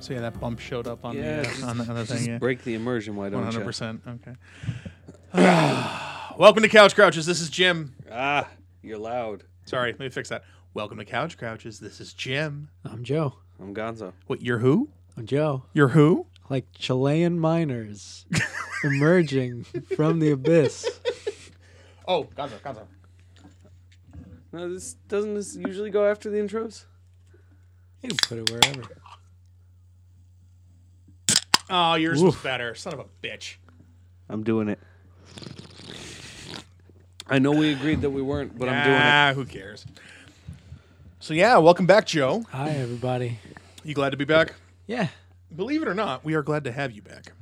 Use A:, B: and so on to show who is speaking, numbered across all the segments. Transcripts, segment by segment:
A: So yeah, that bump showed up on
B: Yeah,
A: the
B: just-
A: uh, on the, on the
B: Just
A: thing. Yeah,
B: break the immersion, why
A: one
B: don't
A: hundred
B: you?
A: percent. Okay. Welcome to Couch Crouches. This is Jim.
B: Ah, you're loud.
A: Sorry, let me fix that. Welcome to Couch Crouches. This is Jim.
C: I'm Joe.
B: I'm Gonzo.
A: What? You're who?
C: I'm Joe.
A: You're who?
C: Like Chilean miners emerging from the abyss.
A: Oh, Gonzo, Gonzo.
B: No, this doesn't this usually go after the intros.
C: You can put it wherever.
A: Oh, yours was better. Son of a bitch.
B: I'm doing it. I know we agreed that we weren't, but I'm doing it.
A: ah, who cares? So yeah, welcome back, Joe.
C: Hi, everybody.
A: You glad to be back?
C: Yeah.
A: Believe it or not, we are glad to have you back.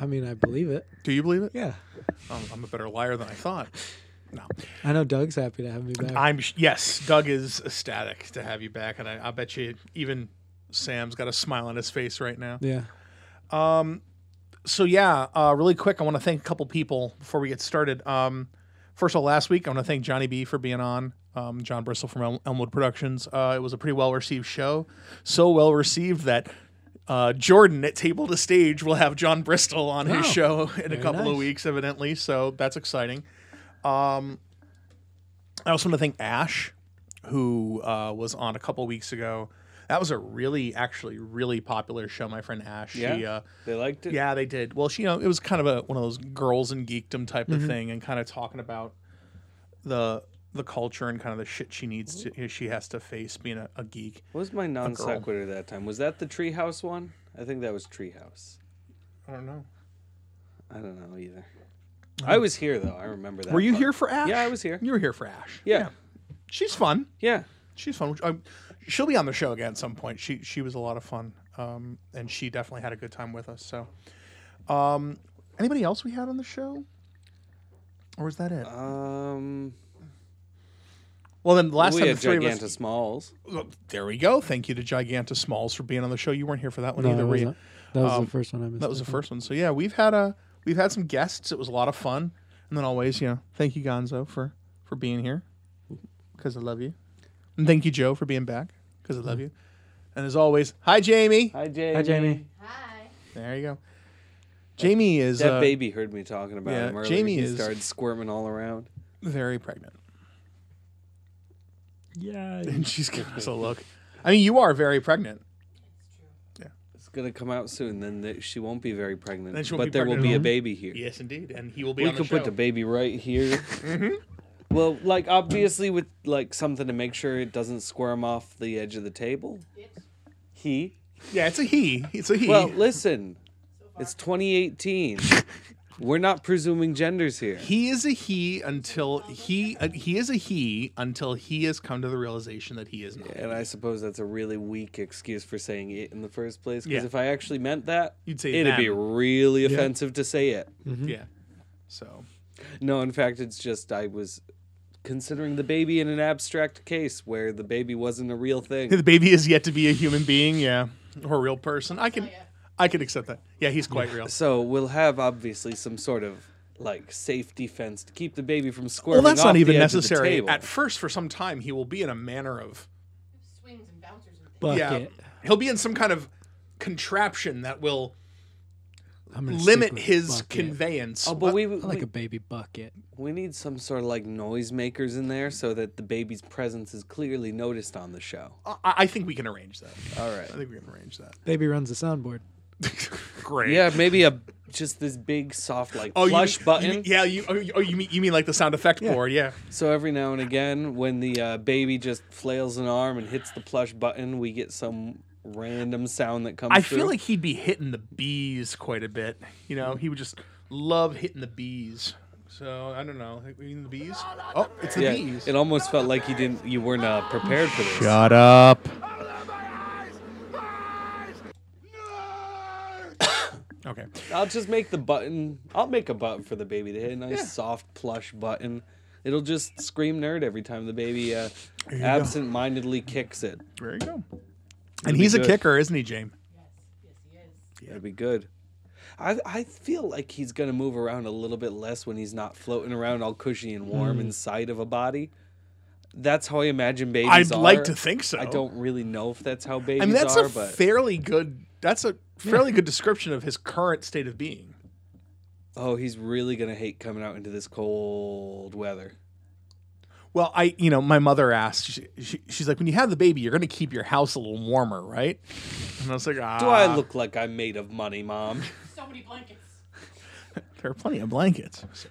C: I mean, I believe it.
A: Do you believe it?
C: Yeah.
A: Um, I'm a better liar than I thought. No.
C: I know Doug's happy to have me back.
A: I'm sh- yes, Doug is ecstatic to have you back, and I, I bet you even Sam's got a smile on his face right now.
C: yeah.
A: So yeah, uh, really quick, I want to thank a couple people before we get started. Um, first of all, last week I want to thank Johnny B for being on. Um, John Bristol from El- Elmwood Productions. Uh, it was a pretty well received show, so well received that uh, Jordan at Table to Stage will have John Bristol on his
C: Wow.
A: show in a
C: Oh, Very
A: couple of
C: nice.
A: weeks, evidently. So that's exciting. Um, I also want to thank Ash, who uh, was on a couple weeks ago. That was a really, actually, really popular show. My friend Ash. She,
B: Yeah?
A: uh,
B: They liked it.
A: yeah, they did. Well, she, you know, it was kind of a one of those girls in geekdom type
B: Mm-hmm.
A: of thing, and kind of talking about the the culture and kind of the shit she needs
B: Mm-hmm.
A: to she has to face being a, a geek.
B: What was my non sequitur that time? Was that the treehouse one? I think that was treehouse.
A: I don't know.
B: I don't know either. I was here though. I remember that.
A: Mm-hmm. Were you
B: part.
A: here for Ash?
B: Yeah, I was here.
A: You were here for Ash.
B: Yeah.
A: she's fun.
B: Yeah.
A: She's fun. I, she'll be on the show again at some point. She she was a lot of fun, um, and she definitely had a good time with us. So, um, anybody else we had on the show, or is that it?
B: Um.
A: well, then the last
B: we
A: time the
B: had
A: three of
B: Giganta
A: us.
B: Smalls.
A: Look, there we go. Thank you to Giganta Smalls for being on the show. You weren't here for that one
C: No,
A: either.
C: I
A: were you?
C: wasn't. Um, That was the first one I missed.
A: That was the first one. So yeah, we've had a we've had some guests. It was a lot of fun, and then always, you know, thank you Gonzo for for being here because I love you, and thank you Joe for being back because I love you, and as always, hi Jamie.
B: Hi, Jamie.
C: Mm-hmm. Hi, Jamie.
D: Hi.
A: There you go. Jamie is
B: That
A: uh,
B: baby heard me talking about
A: yeah,
B: him earlier.
A: Jamie
B: he
A: is-
B: started squirming all around.
A: very pregnant,
C: Yeah.
A: and she's giving us a look. I mean, you are very pregnant.
B: It's gonna come out soon. Then the, she won't be very pregnant,
A: Then she won't
B: but
A: be
B: there
A: pregnant
B: will be
A: at
B: a
A: all.
B: baby here.
A: Yes, indeed, and he will be
B: we
A: on the
B: could
A: show. Mm-hmm.
B: put the baby right here. Well, like obviously with like something to make sure it doesn't squirm off the edge of the table. He.
A: yeah, it's a he. It's a he.
B: Well, listen, it's 2018. We're not presuming genders here.
A: he is a he until he uh, he is a he until he has come to the realization that he is not.
B: And I suppose that's a really weak excuse for saying it in the first place. Because
A: Yeah.
B: if I actually meant that,
A: You'd say
B: it'd be
A: them.
B: really offensive to say it.
A: Yeah. So
B: No, in fact, it's just I was considering the baby in an abstract case where the baby wasn't a real thing.
A: the baby is yet to be a human being. Yeah, or a real person. I can I can accept that. Yeah, he's quite real.
B: So we'll have obviously some sort of like safety fence to keep the baby from
A: Well,
B: squirming.
A: that's
B: off
A: not
B: the
A: even
B: edge of the
A: necessary.
B: table.
A: At first, for some time, he will be in a manner of
D: Swings and bouncers and things.
C: Bucket.
A: Yeah. He'll be in some kind of contraption that will
C: I'm gonna stick
A: limit
C: with
A: his
C: bucket.
A: conveyance.
B: oh, but we, we,
C: I like a baby bucket.
B: we need some sort of like noisemakers in there so that the baby's presence is clearly noticed on the show.
A: I, I think we can arrange that.
B: All right.
A: I think we can arrange that.
C: Baby runs the soundboard.
A: Great.
B: Yeah, maybe a just this big soft like
A: Oh, you
B: plush
A: mean-
B: button.
A: you mean- yeah. You, oh, you, oh, you mean you mean like the sound effect board? Yeah.
B: So every now and again, when the uh, baby just flails an arm and hits the plush button, we get some random sound that comes.
A: I feel
B: through.
A: like he'd be hitting the bees quite a bit. You know, he would just love hitting the bees. So I don't know. Like, we mean the bees? Oh, it's the
B: yeah,
A: bees.
B: it almost felt like you didn't, you weren't uh, prepared for this.
A: up. okay.
B: I'll just make the button. I'll make a button for the baby to hit a nice
A: Yeah.
B: soft plush button. It'll just scream nerd every time the baby uh, absent-mindedly kicks it.
A: There you go. And
B: be
A: he's a
B: good.
A: kicker, isn't he, James?
D: Yes, he is.
B: That'd be good. I I feel like he's gonna move around a little bit less when he's not floating around all cushy and
A: Hmm.
B: warm inside of a body. That's how I imagine babies
A: I'd
B: are.
A: like to think so.
B: I don't really know if that's how babies
A: I mean, that's
B: are,
A: a
B: but
A: fairly good That's a fairly good description of his current state of being.
B: Oh, he's really gonna hate coming out into this cold weather.
A: Well, I, you know, my mother asked, she, she, she's like, when you have the baby, you're going to keep your house a little warmer, right? And I was like, ah.
B: Do I look like I'm made of money, Mom?
D: So many blankets.
A: There are plenty of blankets. So.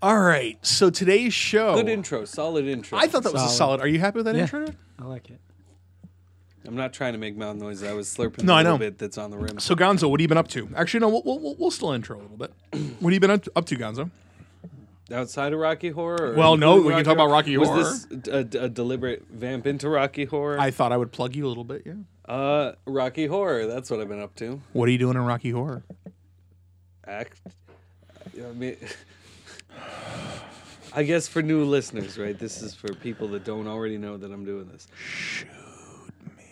A: All right. So today's show.
B: Good intro, solid intro.
A: Oh. I thought that was a
C: Solid.
A: solid. Are you happy with that
C: Yeah.
A: intro?
C: I like it.
B: I'm not trying to make mouth noises. I was slurping
A: No,
B: the
A: I
B: little
A: know.
B: bit that's on the rim.
A: So, Gonzo, what have you been up to? Actually, no, we'll, we'll, we'll still intro a little bit. What have you been up up to, Gonzo?
B: Outside of Rocky Horror? or
A: Well, no,
B: including
A: we can talk about Rocky
B: Was this a, a deliberate vamp into Rocky Horror?
A: I thought I would plug you a little bit, yeah.
B: uh, Rocky Horror. That's what I've been up to.
A: What are you doing in Rocky Horror?
B: Act. I mean, I guess for new listeners, right? This is for people that don't already know that I'm doing this. Shoot me.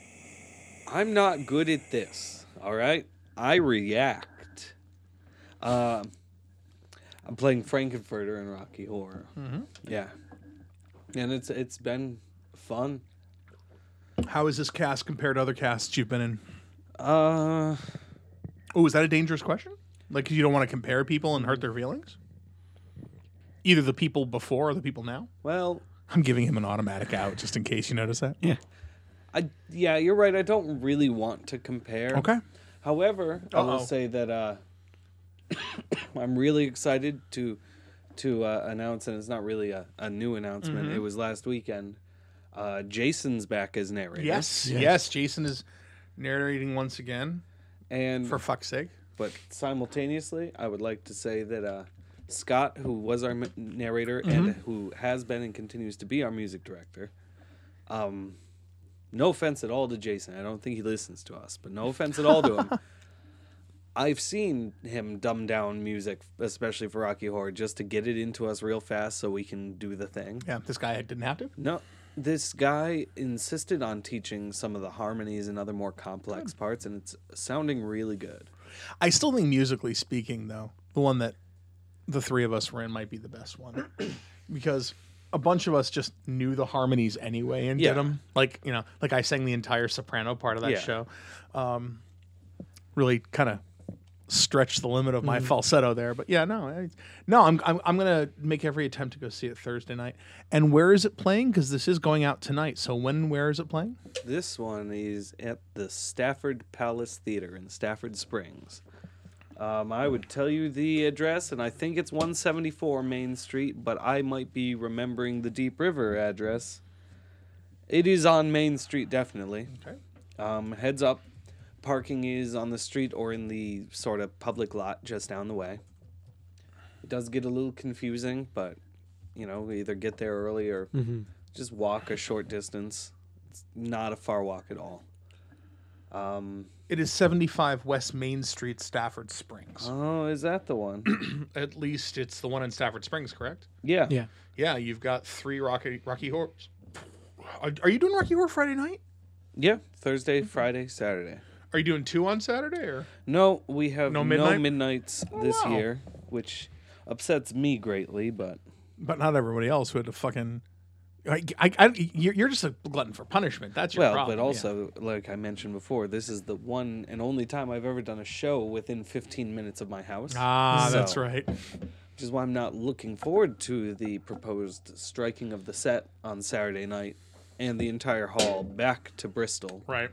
B: I'm not good at this. All right, I react. Um, I'm playing Frankenfurter in Rocky Horror. Yeah, and it's it's been fun.
A: How is this cast compared to other casts you've been in?
B: Uh,
A: Oh, is that a dangerous question? Like, 'cause you don't want to compare people and hurt their feelings? Either the people before or the people now?
B: well,
A: I'm giving him an automatic out just in case you notice that. Yeah.
B: I yeah, you're right. I don't really want to compare.
A: Okay.
B: However, I will
A: Uh-oh.
B: say that uh, I'm really excited to to uh, announce, and it's not really a, a new announcement.
A: Mm-hmm.
B: It was last weekend. Uh, Jason's back as narrator.
A: Yes, yes. Jason is narrating once again,
B: and
A: for fuck's sake.
B: but simultaneously, I would like to say that uh, Scott, who was our m- narrator and who has been and continues to be our music director, um, no offense at all to Jason. I don't think he listens to us, but no offense at all to him. I've seen him dumb down music, especially for Rocky Horror, just to get it into us real fast so we can do the thing.
A: Yeah, this guy didn't have to.
B: No, this guy insisted on teaching some of the harmonies and other more complex parts, and it's sounding really good.
A: I still think musically speaking, though, the one that the three of us were in might be the best one because a bunch of us just knew the harmonies anyway and
B: Yeah.
A: did them. Like you know, like I sang the entire soprano part of that
B: Yeah.
A: show. Um, really kind of stretched the limit of my
B: Mm-hmm.
A: falsetto there, but yeah, no, I, no, I'm, I'm I'm gonna make every attempt to go see it Thursday night. And where is it playing? Because this is going out tonight. So when? and Where is it playing?
B: This one is at the Stafford Palace Theater in Stafford Springs. Um, I would tell you the address, and I think it's 174 Main Street, but I might be remembering the Deep River address. It is on Main Street, definitely.
A: Okay.
B: Um, heads up, parking is on the street or in the sort of public lot just down the way. It does get a little confusing, but you know, either get there early or
A: Mm-hmm.
B: just walk a short distance. It's not a far walk at all. Um,
A: It is 75 West Main Street, Stafford Springs.
B: oh, is that the one?
A: At least it's the one in Stafford Springs, correct?
B: yeah.
C: Yeah.
A: Yeah, you've got three Rocky Rocky Horrors. Are, are you doing Rocky Horror Friday night?
B: Yeah, Thursday,
A: Mm-hmm.
B: Friday, Saturday.
A: Are you doing two on Saturday? Or
B: No, we have
A: No
B: no,
A: midnight?
B: midnights this
A: wow.
B: year, which upsets me greatly, but
A: but not everybody else who had to fucking. I, I, I- you're you're just a glutton for punishment. That's your
B: well,
A: problem.
B: but
A: yeah.
B: also, like I mentioned before, this is the one and only time I've ever done a show within 15 minutes of my house.
A: Ah, that's
B: So-
A: right.
B: Which is why I'm not looking forward to the proposed striking of the set on Saturday night and the entire hall back to Bristol.
A: Right.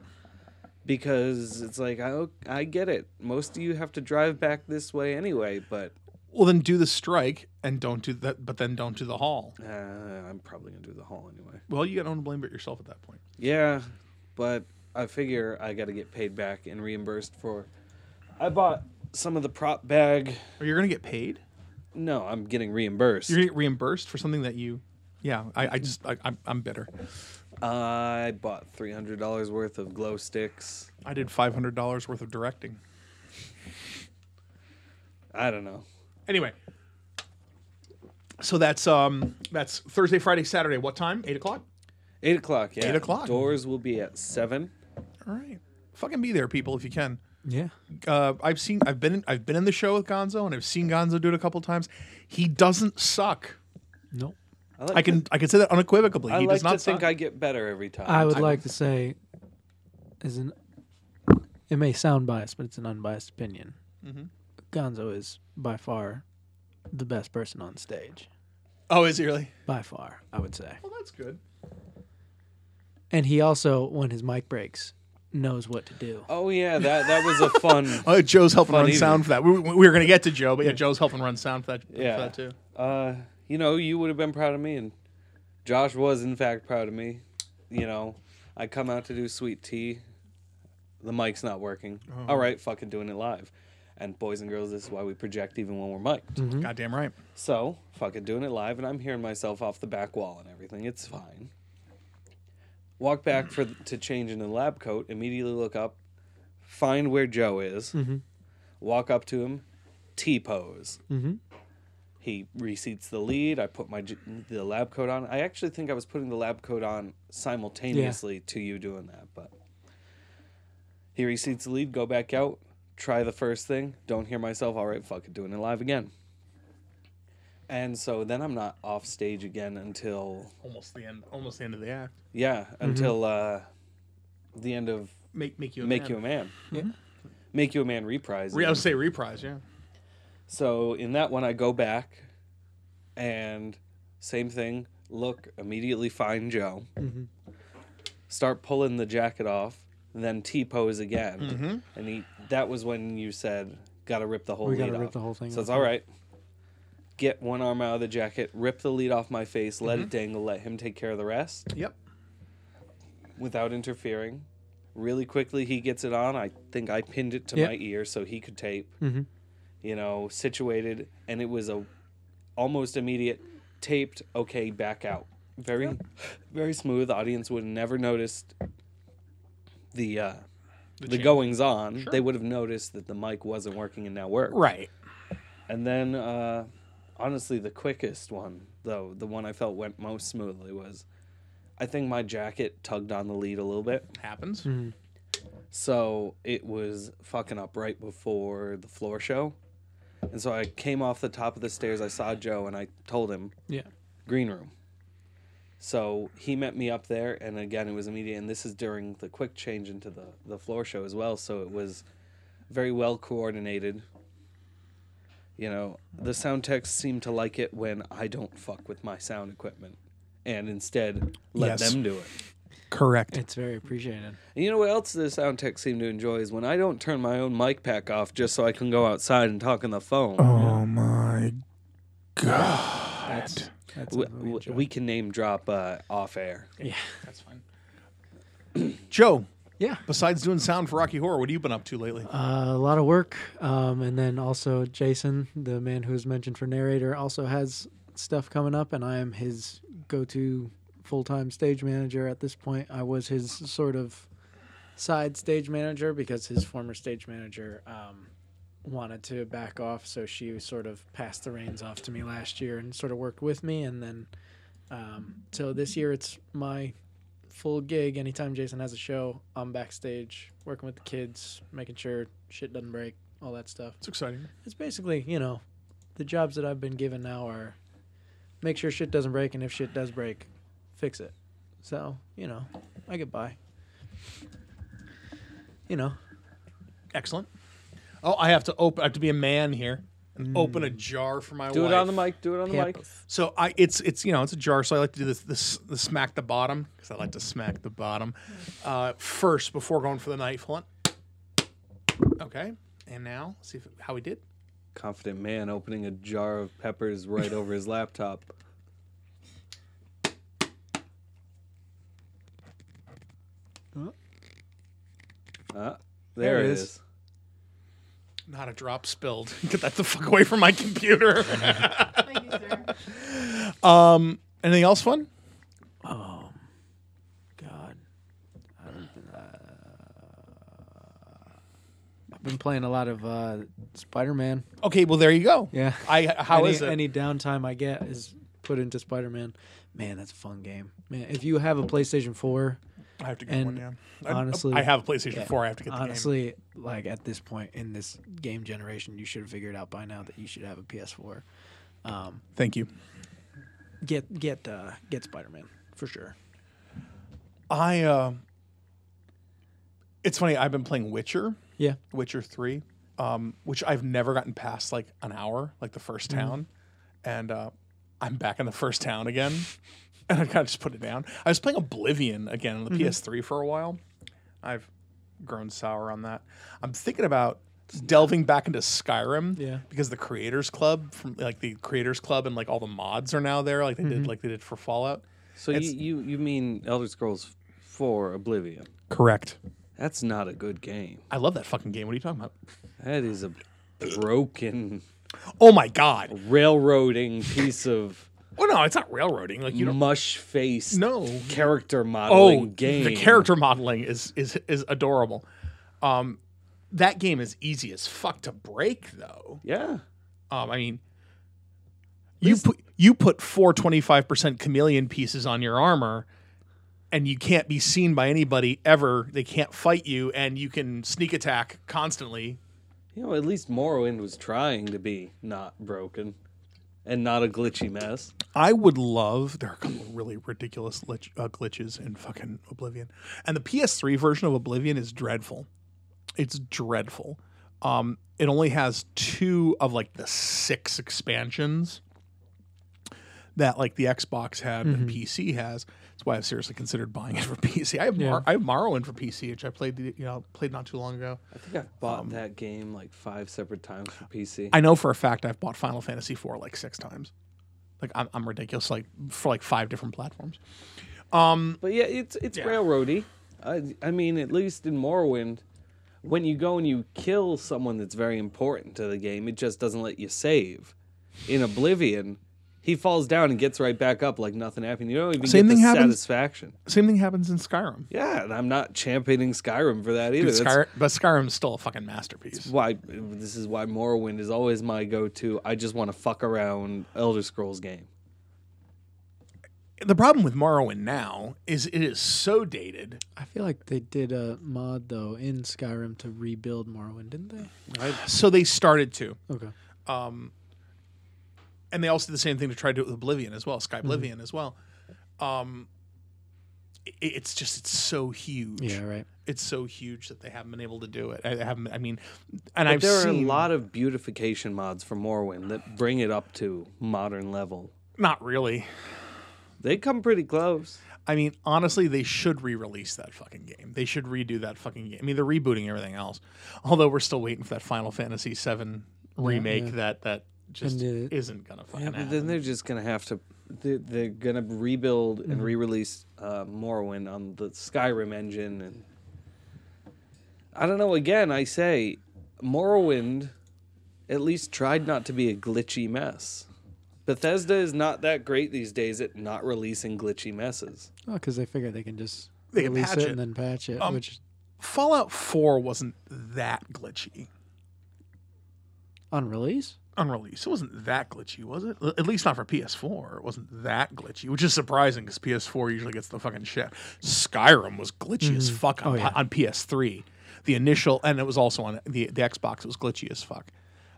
B: Because it's like, I, I get it. Most of you have to drive back this way anyway, but
A: Well, then do the strike and don't do that. But then don't do the hall.
B: uh, I'm probably going to do the hall anyway.
A: Well, you got no one to blame but yourself at that point.
B: Yeah, but I figure I got to get paid back and reimbursed for. I bought some of the prop bag.
A: Are you going to get paid?
B: No, I'm getting reimbursed.
A: You're going to get reimbursed for something that you. Yeah, I, I just I, I'm, I'm bitter.
B: I bought three hundred dollars worth of glow sticks.
A: I did five hundred dollars worth of directing.
B: I don't know.
A: Anyway, so that's um that's Thursday, Friday, Saturday. What time? Eight o'clock.
B: Eight o'clock. Yeah.
A: 8 o'clock.
B: Doors will be at seven.
A: All right, fucking be there, people, if you can.
C: Yeah.
A: Uh, I've seen, I've been, in, I've been in the show with Gonzo, and I've seen Gonzo do it a couple times. He doesn't suck.
C: Nope.
B: like
A: I can, I can say that unequivocally.
B: I
A: he
B: like
A: does not
B: to think
A: suck.
B: I get better every time.
C: I would like to say, as an it may sound biased, but it's an unbiased opinion.
A: Mhm.
C: Gonzo is by far the best person on stage.
A: Oh, is he really?
C: By far, I would say.
A: Well, that's good.
C: And he also, when his mic breaks, knows what to do.
B: Oh yeah, that that was a fun.
A: Oh, Joe's helping
B: Fun
A: run
B: evening.
A: sound for that. We, we we were going to get to Joe, but yeah, Joe's helping run sound for that,
B: Yeah.
A: for that too.
B: uh, you know, you would have been proud of me, and Josh was in fact proud of me. You know, I come out to do sweet tea. The mic's not working.
A: Oh.
B: All right, fucking doing it live. And boys and girls, this is why we project even when we're
A: Mm-hmm.
B: mic'd.
A: Goddamn right.
B: So, fucking doing it live, and I'm hearing myself off the back wall and everything. It's fine. Walk back for to change in the lab coat. Immediately look up, find where Joe is. Walk up to him, T pose. He reseats the lead. I put my j- the lab coat on. I actually think I was putting the lab coat on simultaneously to you doing that, but he reseats the lead. Go back out. Try the first thing. Don't hear myself. All right, fuck it, doing it live again. And so then I'm not off stage again until
A: Almost the end. Almost the end of the act.
B: yeah,
C: Mm-hmm.
B: until uh, the end of
A: Make make you a
B: Make
A: man.
B: You a Man. Make You a Man reprise.
A: Re- I would say reprise. Yeah.
B: So in that one, I go back, and same thing. Look, immediately find Joe.
C: Mm-hmm.
B: Start pulling the jacket off, then T pose again, and he. That was when you said, "Gotta rip the whole
C: Mm-hmm. We
B: lead
C: gotta rip
B: off."
C: the whole thing
B: So it's
C: off,
B: all right. Get one arm out of the jacket, rip the lead off my face, let
C: Mm-hmm.
B: it dangle, let him take care of the rest
A: Yep.
B: without interfering. Really quickly, he gets it on. I think I pinned it to
C: Yeah.
B: my ear so he could tape. You know, situated, and it was a almost immediate taped. Okay, back out. Very, very smooth. Audience would have never noticed the uh, the,
A: change.
B: goings on. They would have noticed that the mic wasn't working and now worked.
A: Right.
B: And then, uh, honestly, the quickest one, though, the one I felt went most smoothly was I think my jacket tugged on the lead a little bit.
A: Happens.
B: So it was fucking up right before the floor show. And so I came off the top of the stairs. I saw Joe and I told him,
C: Yeah.
B: green room. So he met me up there, and again, it was immediate. And this is during the quick change into the, the floor show as well. So it was very well coordinated. You know, the sound techs seem to like it when I don't fuck with my sound equipment and instead let
A: Yes.
B: them do it.
A: Correct.
C: It's very appreciated.
B: And you know what else the sound techs seem to enjoy is when I don't turn my own mic pack off just so I can go outside and talk on the phone.
A: Oh my god.
C: That's, that's
B: we,
C: something
B: we-
C: enjoy.
B: we can name drop uh, off air.
C: yeah.
A: That's fine. Joe,
C: Yeah.
A: besides doing sound for Rocky Horror, what have you been up to lately?
C: Uh, a lot of work. Um, and then also Jason, the man who was mentioned for narrator, also has stuff coming up, and I am his go-to full-time stage manager at this point. I was his sort of side stage manager because his former stage manager um, wanted to back off, so she sort of passed the reins off to me last year and sort of worked with me, and then um, so this year it's my full gig anytime Jason has a show, I'm backstage working with the kids, making sure shit doesn't break, all that stuff.
A: It's exciting.
C: It's basically, you know, the jobs that I've been given now are make sure shit doesn't break and if shit does break, fix it. So, you know, I get by. You know,
A: Excellent. Oh, I have to open. I have to be a man here and open a jar for my
B: Do
A: wife.
B: it on the mic. Do it on the
C: Yeah.
B: mic.
A: So I, it's it's you know it's a jar. So I like to do this this the smack the bottom because I like to smack the bottom uh, first before going for the knife. Hold on. Okay, and now see if, how we did.
B: Confident man opening a jar of peppers right over his laptop. Ah, there, it is.
A: Not a drop spilled. Get that the fuck away from my computer.
D: Thank you, sir.
A: Anything else fun?
C: God. uh, I've been playing a lot of uh, Spider Man.
A: Okay, well there you go.
C: Yeah.
A: I how
C: any,
A: is it?
C: any downtime I get is put into Spider Man. Man, that's a fun game. Man, if you have a PlayStation Four,
A: I have to get one.
C: and
A: Yeah, I-
C: honestly-
A: I, have a PlayStation Four. I have to get the
C: honestly, like at this point in this game generation, you should have figured out by now that you should have a PS4.
A: game. Thank you.
C: Get get uh, get Spider Man for sure.
A: I uh, It's funny. I've been playing Witcher,
C: Yeah.
A: Witcher Three, um, which I've never gotten past like an hour, like the 1st town, and uh, I'm back in the first town again, and I kind of just put it down. I was playing Oblivion again on the PS3 for a while. I've grown sour on that. I'm thinking about delving back into Skyrim,
C: Yeah.
A: because the Creators Club from like the Creators Club and like all the mods are now there, like they did, like they did for Fallout.
B: So you, you you mean Elder Scrolls Four Oblivion?
A: Correct.
B: That's not a good game.
A: I love that fucking game. What are you talking about?
B: That is a broken
A: Oh my god.
B: railroading piece of
A: Well, no, it's not railroading. Like you don't.
B: mush face
A: No.
B: character modeling
A: Oh,
B: game.
A: the character modeling is is is adorable. Um, that game is easy as fuck to break though.
B: Yeah.
A: Um, I mean, you put you put four twenty five percent chameleon pieces on your armor, and you can't be seen by anybody ever. They can't fight you, and you can sneak attack constantly.
B: You know, at least Morrowind was trying to be not broken and not a glitchy mess.
A: I would love. There are a couple of really ridiculous glitch, uh, glitches in fucking Oblivion, and the PS3 version of Oblivion is dreadful. It's dreadful. Um, it only has two of like the six expansions that like the Xbox had and PC has. That's why I've seriously considered buying it for PC. I have Mar- I have Morrowind for PC, which I played the- you know played not too long ago.
B: I think I've bought
A: Um,
B: that game like five separate times for PC.
A: I know for a fact I've bought Final Fantasy IV like six times. Like I'm, I'm ridiculous. Like for like five different platforms.
B: But yeah, it's it's railroady. I I mean, at least in Morrowind, when you go and you kill someone that's very important to the game, it just doesn't let you save. In Oblivion, he falls down and gets right back up like nothing happened. You don't even
A: Same
B: get
A: thing
B: the
A: happens-
B: satisfaction.
A: Same thing happens in Skyrim.
B: Yeah, and I'm not championing Skyrim for that either.
A: Dude,
B: That's
A: Skyrim, but Skyrim's still a fucking masterpiece.
B: why this is why Morrowind is always my go-to. I just want to fuck around Elder Scrolls game.
A: The problem with Morrowind now is it is so dated.
C: I feel like they did a mod though in Skyrim to rebuild Morrowind, didn't they?
A: So they started to,
C: Okay.
A: and they also did the same thing to try to do it with Oblivion as well, Sky
B: Mm-hmm.
A: Oblivion as well. Um, i- it's just it's so huge.
C: Yeah. Right.
A: It's so huge that they haven't been able to do it. I haven't. I mean, and I've
B: there
A: seen
B: are a lot of beautification mods for Morrowind that bring it up to modern level.
A: Not really.
B: They come pretty close.
A: I mean, honestly, they should re-release that fucking game. They should redo that fucking game. I mean, they're rebooting everything else. Although we're still waiting for that Final Fantasy VII remake that that just
C: And, uh,
A: isn't gonna fucking
B: Yeah, but then
A: happen.
B: they're just gonna have to. They're, they're gonna rebuild and re-release uh, Morrowind on the Skyrim engine, and I don't know. Again, I say Morrowind at least tried not to be a glitchy mess. Bethesda is not that great these days at not releasing glitchy messes.
C: Oh, because they figure they can just
A: They can
C: release
A: patch
C: it,
A: it. Um,
C: and then patch it, which
A: Fallout Four wasn't that glitchy
C: on release.
A: on release. It wasn't that glitchy, was it? At least not for PS4. It wasn't that glitchy, which is surprising because PS4 usually gets the fucking shit. Skyrim was glitchy as fuck on,
C: Oh, yeah.
A: on PS3. The initial, and it was also on the the Xbox. was glitchy as fuck.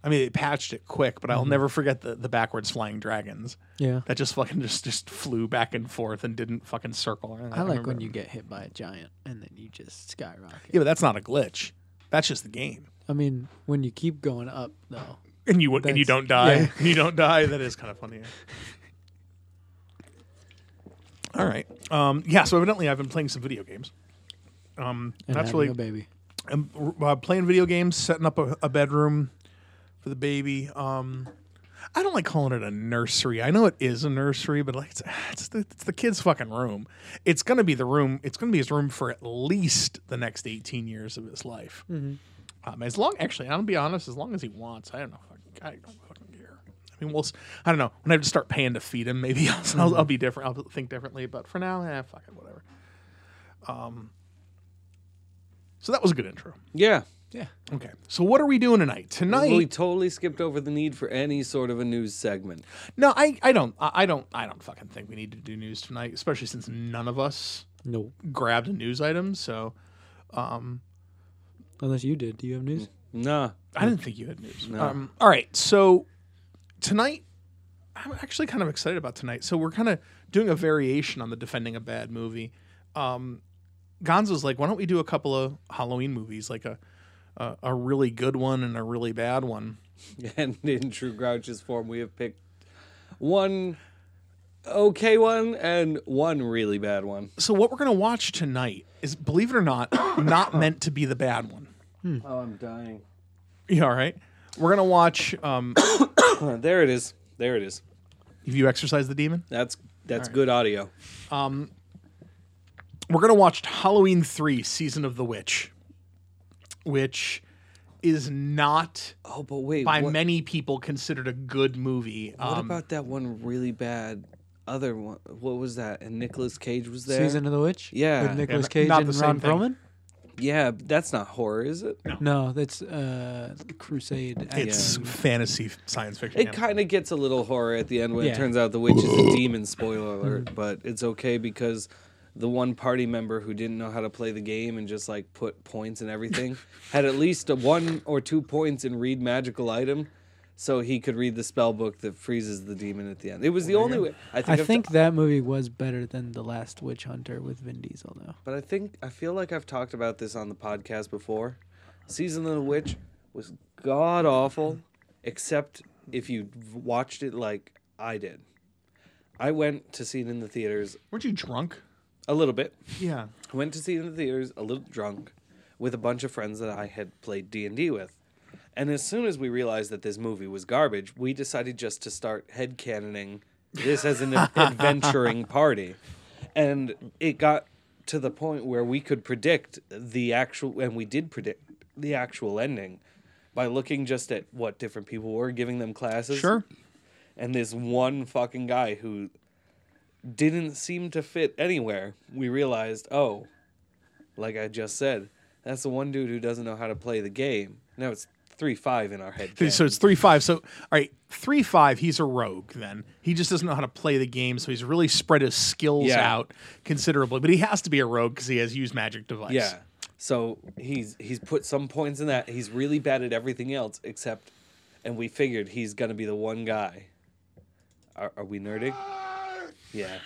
A: I mean, they patched it quick, but I'll never forget the, the backwards flying dragons
C: Mm-hmm. Yeah.
A: that just fucking just just flew back and forth and didn't fucking circle. or anything.
C: I like
A: remember-
C: when you get hit by a giant and then you just skyrocket.
A: yeah, but that's not a glitch. That's just the game.
C: I mean, when you keep going up though.
A: and you and you
C: That's-
A: don't die. You don't die. That is kind of funny. All right. Um, yeah. So evidently, I've been playing some video games. Um,
C: And
A: that's really
C: having a baby.
A: I'm uh, playing video games, setting up a, a bedroom for the baby. Um, I don't like calling it a nursery. I know it is a nursery, but like it's, it's, the, it's the kid's fucking room. It's gonna be the room. It's gonna be his room for at least the next eighteen years of his life. Um, as long, actually, I'm gonna be honest. As long as he wants, I don't know. I don't fucking care. I mean, we'll. s- I don't know. When I have to start paying to feed him, maybe I'll, I'll, I'll be different. I'll think differently. But for now, eh, fuck it, whatever. Um. So that was a good intro.
B: Yeah,
C: Yeah.
A: Okay. So what are we doing tonight? Tonight?
B: we totally skipped over the need for any sort of a news segment.
A: no, I, I don't I I don't I don't fucking think we need to do news tonight, especially since none of us
C: No.
A: grabbed a news item. So
C: Unless you did. Do you have news?
B: Nah,
A: I didn't think you had news. Um, all right. So tonight, I'm actually kind of excited about tonight. So we're kind of doing a variation on the defending a bad movie. Um, Gonzo's like, why don't we do a couple of Halloween movies, like a a, a really good one and a really bad one.
B: And in True Grouch's form, we have picked one okay one and one really bad one.
A: So what we're gonna watch tonight is, believe it or not, not meant to be the bad one.
B: Oh, I'm dying.
A: You all right? We're gonna watch. Um,
B: Uh, there it is. There it is.
A: if you exercise the demon,
B: That's that's good audio.
A: we're gonna watch Halloween three: Season of the Witch, which is not
B: Oh, but wait.
A: by
B: what,
A: many people considered a good movie.
B: what
A: Um,
B: about that one really bad other one? What was that? And Nicolas Cage was there.
C: Season of the Witch.
B: Yeah.
C: with Nicolas
A: Yeah,
C: Cage
A: not the
C: and
A: same
C: Ron
A: thing.
C: Perlman.
B: Yeah, but that's not horror, is it?
C: No, that's uh, Crusade.
A: it's
C: action.
A: fantasy f- science fiction.
B: It
A: yeah.
B: kind of gets a little horror at the end when
C: Yeah.
B: it turns out the witch is a demon. Spoiler alert, but it's okay because the one party member who didn't know how to play the game and just like put points and everything had at least a one or two points in read magical item, so he could read the spell book that freezes the demon at the end. It
C: Oh,
B: was the only way. I think.
C: I
B: I've t-
C: think that movie was better than the last Witch Hunter with Vin Diesel, though.
B: but I think I feel like I've talked about this on the podcast before. Season of the Witch was god awful, except if you watched it like I did. I went to see it in the theaters
A: Weren't you drunk?
B: a little bit.
A: Yeah.
B: I went to see it in the theaters a little drunk with a bunch of friends that I had played D&D with. And as soon as we realized that this movie was garbage, we decided just to start headcanoning this as an ad- adventuring party. And it got to the point where we could predict the actual and we did predict the actual ending by looking just at what different people were giving them classes
A: Sure.
B: and this one fucking guy who didn't seem to fit anywhere, we realized, oh, like I just said, that's the one dude who doesn't know how to play the game. Now it's three five in our head.
A: So
B: canon.
A: it's three five. So all right, three five. He's a rogue. Then he just doesn't know how to play the game, so he's really spread his skills
B: Yeah.
A: out considerably. But he has to be a rogue because he has used magic device.
B: yeah. So he's he's put some points in that. He's really bad at everything else except, and we figured he's gonna be the one guy. Are, are we nerding? Yeah.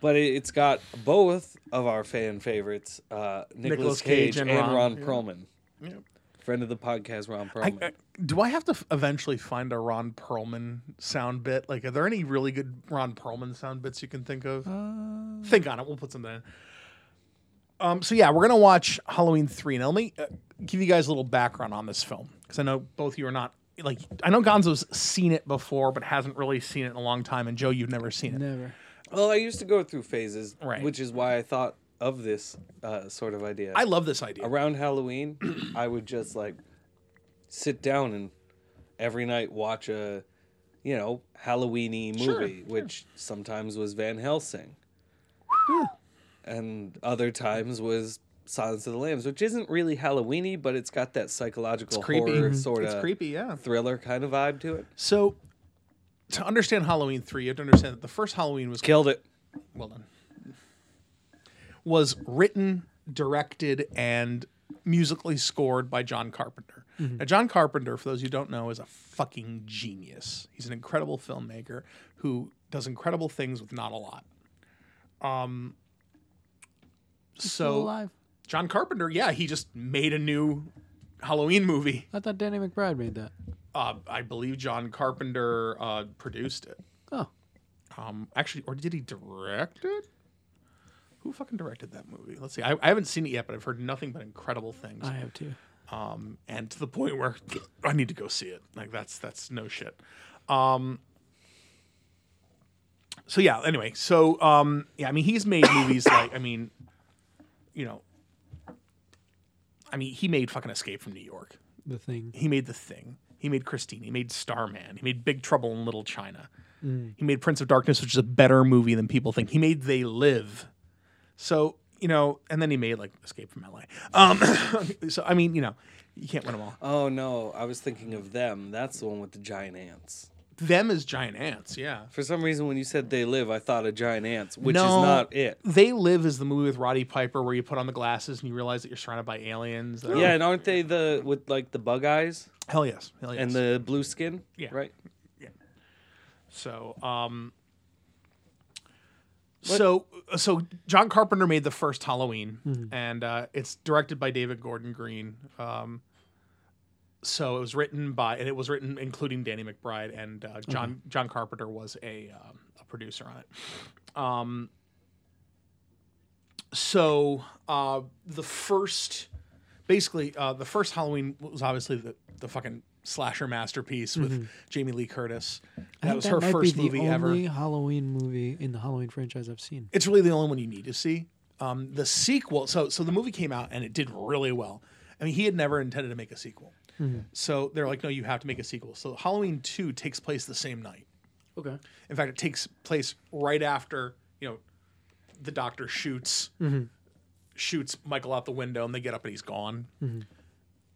B: But it, it's got both of our fan favorites, uh, Nicolas
A: Nicolas
B: Cage,
A: Cage
B: and,
A: and Ron,
B: Ron, Perlman.
A: Yep.
B: Friend of the podcast, Ron
A: I,
B: Perlman.
A: I- Uh, do I have to f- eventually find a Ron Perlman sound bit? Like, are there any really good Ron Perlman sound bits you can think of? think on it. We'll put something in. Um, so yeah, we're gonna watch Halloween three. Now let me uh, give you guys a little background on this film because I know both of you are not like I know Gonzo's seen it before, but hasn't really seen it in a long time. And Joe, you've never seen it.
C: Never.
B: well, I used to go through phases,
A: Right.
B: which is why I thought of this uh, sort of idea.
A: I love this idea.
B: around Halloween, I would just like sit down and every night watch a, you know, Halloweeny
A: Sure,
B: movie, which sometimes was Van Helsing, and other times was Silence of the Lambs, which isn't really Halloweeny, but it's got that psychological
A: creepy.
B: horror
A: Mhm.
B: sort
A: It's
B: of
A: creepy, yeah.
B: thriller kind of vibe to it.
A: So to understand Halloween three, you have to understand that the first Halloween was
B: Killed it.
A: well done. Was written, directed, and musically scored by John Carpenter.
C: Mm-hmm.
A: Now, John Carpenter, for those who don't know, is a fucking genius. He's an incredible filmmaker who does incredible things with not a lot. Um,
C: Still
A: so
C: alive.
A: John Carpenter, yeah, he just made a new Halloween movie.
C: I thought Danny McBride made that.
A: Uh, I believe John Carpenter uh, produced it.
C: Oh,
A: Um, actually, or did he direct it? Who fucking directed that movie? Let's see. I, I haven't seen it yet, but I've heard nothing but incredible things.
C: I have too.
A: Um, and to the point where I need to go see it. Like that's that's no shit. Um, so yeah. Anyway, so um, yeah. I mean, he's made movies like I mean, you know, I mean, he made fucking Escape from New York.
C: The thing.
A: He made The Thing. He made Christine. He made Starman. He made Big Trouble in Little China. He made Prince of Darkness, which is a better movie than people think. He made They Live. So, you know, and then he made like Escape from LA. Um, so, I mean, you know, you can't win them all.
B: Oh no, I was thinking of them. That's the one with the giant ants.
A: Them is giant ants. Yeah.
B: For some reason, when you said they live, I thought of giant ants, which
A: No.
B: is not it.
A: They Live is the movie with Roddy Piper where you put on the glasses and you realize that you're surrounded by aliens. that are-
B: Yeah, and aren't they the with like the bug eyes
A: Hell yes. Hell yes.
B: and the blue skin?
A: Yeah.
B: Right.
A: So, um, So, so John Carpenter made the first Halloween,
C: Mm-hmm.
A: and uh, it's directed by David Gordon Green. Um, so it was written by, and it was written including Danny McBride and uh, John
C: Mm-hmm.
A: John Carpenter was a um, a producer on it. Um, so uh, the first, basically, uh, the first Halloween was obviously the the fucking slasher masterpiece with Jamie Lee Curtis.
C: Mm-hmm.
A: That
C: I think
A: was her
C: might
A: first
C: be
A: movie
C: the
A: ever.
C: Only Halloween movie in the Halloween franchise I've seen.
A: It's really the only one you need to see. Um, the sequel, so so the movie came out and it did really well. I mean, he had never intended to make a sequel, so they're like, no, you have to make a sequel. So Halloween Two takes place the same night.
C: Okay.
A: In fact, it takes place right after you know the doctor shoots shoots Michael out the window, and they get up and he's gone.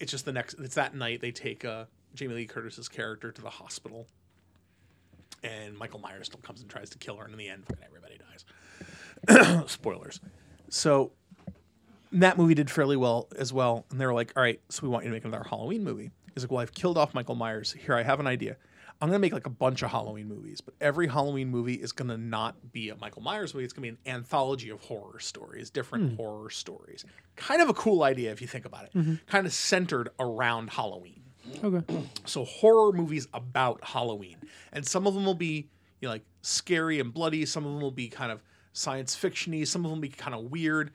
A: It's just the next. It's that night they take uh, Jamie Lee Curtis's character to the hospital, and Michael Myers still comes and tries to kill her, and in the end, fucking everybody dies. Spoilers. So that movie did fairly well as well, and they were like, "All right, so we want you to make another Halloween movie." He's like, "Well, I've killed off Michael Myers. Here, I have an idea. I'm gonna make like a bunch of Halloween movies, but every Halloween movie is gonna not be a Michael Myers movie. It's gonna be an anthology of horror stories, different horror stories. Kind of a cool idea if you think about it. Kind of centered around Halloween."
C: Okay.
A: so horror movies about Halloween, and some of them will be you know, like scary and bloody. Some of them will be kind of science fictiony. Some of them will be kind of weird.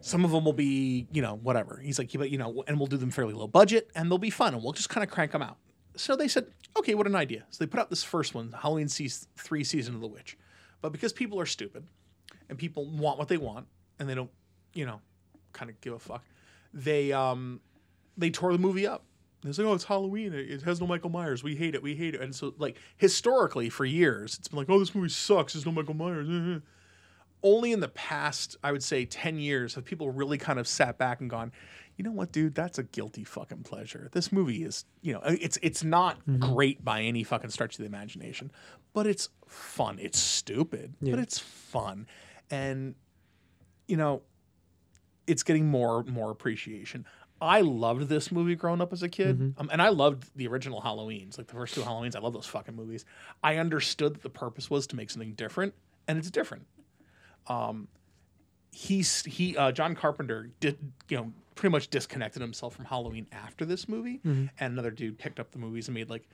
A: Some of them will be you know whatever. He's like, but you know, and we'll do them fairly low budget, and they'll be fun, and we'll just kind of crank them out. So they said, okay, what an idea. So they put out this first one, Halloween season three, season of the witch, but because people are stupid, and people want what they want, and they don't, you know, kind of give a fuck. They um, they tore the movie up. They like, oh, it's Halloween. It, it has no Michael Myers. We hate it. We hate it. And so, like, historically, for years, it's been like, oh, this movie sucks. There's no Michael Myers. Only in the past, I would say, 10 years, have people really kind of sat back and gone, you know what, dude? That's a guilty fucking pleasure. This movie is, you know, uh, it's it's not great by any fucking stretch of the imagination, but it's fun. It's stupid, but it's fun. And, you know, it's getting more more appreciation. I loved this movie growing up as a kid, um, and I loved the original Halloweens, like the first two Halloweens. I love those fucking movies. I understood that the purpose was to make something different, and it's different. Um, he's he uh, John Carpenter did you know pretty much disconnected himself from Halloween after this movie, and another dude picked up the movies and made like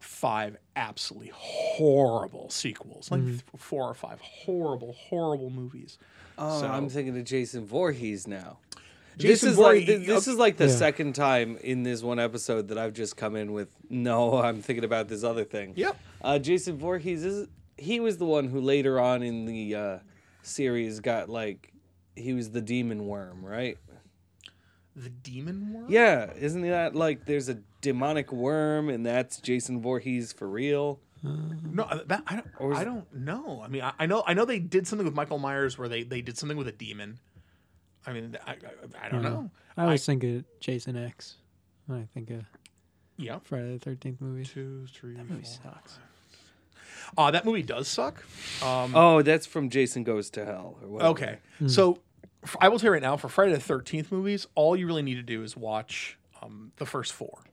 A: five absolutely horrible sequels, like th- four or five horrible, horrible movies.
B: Oh,
A: So-
B: I'm thinking of Jason Voorhees now.
A: Jason
B: this is
A: Voorhees-
B: like th- this is like the
C: Yeah.
B: second time in this one episode that I've just come in with no, I'm thinking about this other thing.
A: Yep.
B: Uh, Jason Voorhees is he was the one who later on in the uh, series got like he was the demon worm, right?
A: The Demon Worm.
B: Yeah, isn't that like there's a demonic worm and that's Jason Voorhees for real?
A: No, uh, that, I don't. I don't know. I mean, I, I know. I know they did something with Michael Myers where they they did something with a demon. I mean, I I, I don't know.
C: I always think of Jason X. When I think of
A: Yeah.
C: Friday the Thirteenth movie.
A: Two, three, that
C: Movie sucks.
A: Uh, that movie does suck. Um,
B: Oh, that's from Jason Goes to Hell or whatever.
A: okay. So f- I will tell you right now, for Friday the Thirteenth movies, all you really need to do is watch um, the first four.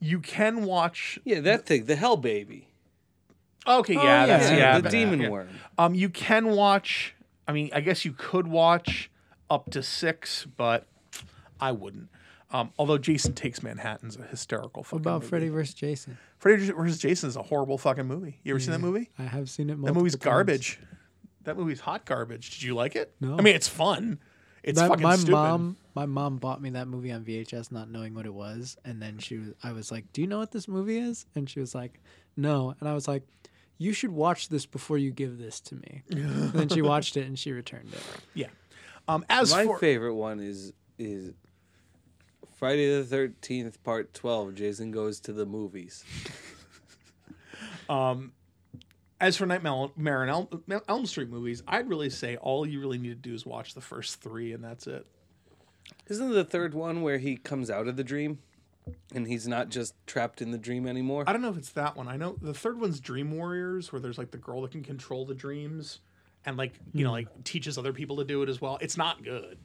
A: You can watch.
B: Yeah, that thing, the Hell Baby.
A: Okay, yeah, that's
B: Oh, Yeah,
A: yeah,
B: the
A: that-
B: demon
A: yeah.
B: worm.
A: Um, you can watch. I mean, I guess you could watch up to six, but I wouldn't. Um, although Jason Takes Manhattan's a hysterical fucking
C: About
A: movie.
C: Freddy vs. Jason.
A: Freddy vs. Jason is a horrible fucking movie. You ever seen that movie?
C: I have seen it.
A: That
C: Multiple
A: movie's
C: times.
A: garbage. That movie's hot garbage. Did you like it?
C: No.
A: I mean, it's fun. It's
C: My,
A: fucking
C: my
A: stupid.
C: mom, my mom bought me that movie on VHS, not knowing what it was, and then she was. I was like, "Do you know what this movie is?" And she was like, "No." And I was like, "You should watch this before you give this to me." and then she watched it and she returned it.
A: Yeah. Um, as
B: My
A: for
B: favorite one is is Friday the Thirteenth Part Twelve. Jason goes to the movies.
A: as for Nightmare on Elm, Elm Street movies, I'd really say all you really need to do is watch the first three, and that's it.
B: Isn't the third one where he comes out of the dream, and he's not just trapped in the dream anymore?
A: I don't know if it's that one. I know the third one's Dream Warriors, where there's like the girl that can control the dreams, and like you know, like teaches other people to do it as well. It's not good.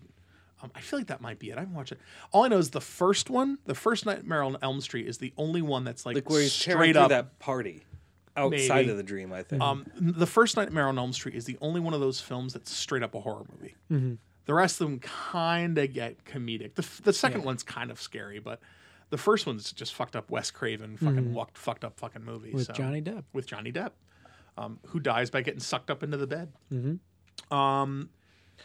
A: Um, I feel like that might be it. I haven't watched it. All I know is the first one, the first Nightmare on Elm Street, is the only one that's like,
B: Like where he's tearing
A: straight
B: through
A: up.
B: that party. outside
A: Maybe.
B: of the dream, I think.
A: Um, the first Nightmare on Elm Street is the only one of those films that's straight up a horror movie. The rest of them kind of get comedic. The, f- the second one's kind of scary, but the first one's just fucked up Wes Craven, fucking walked, fucked up fucking movie.
C: with
A: so-
C: Johnny Depp.
A: with Johnny Depp, um, who dies by getting sucked up into the bed.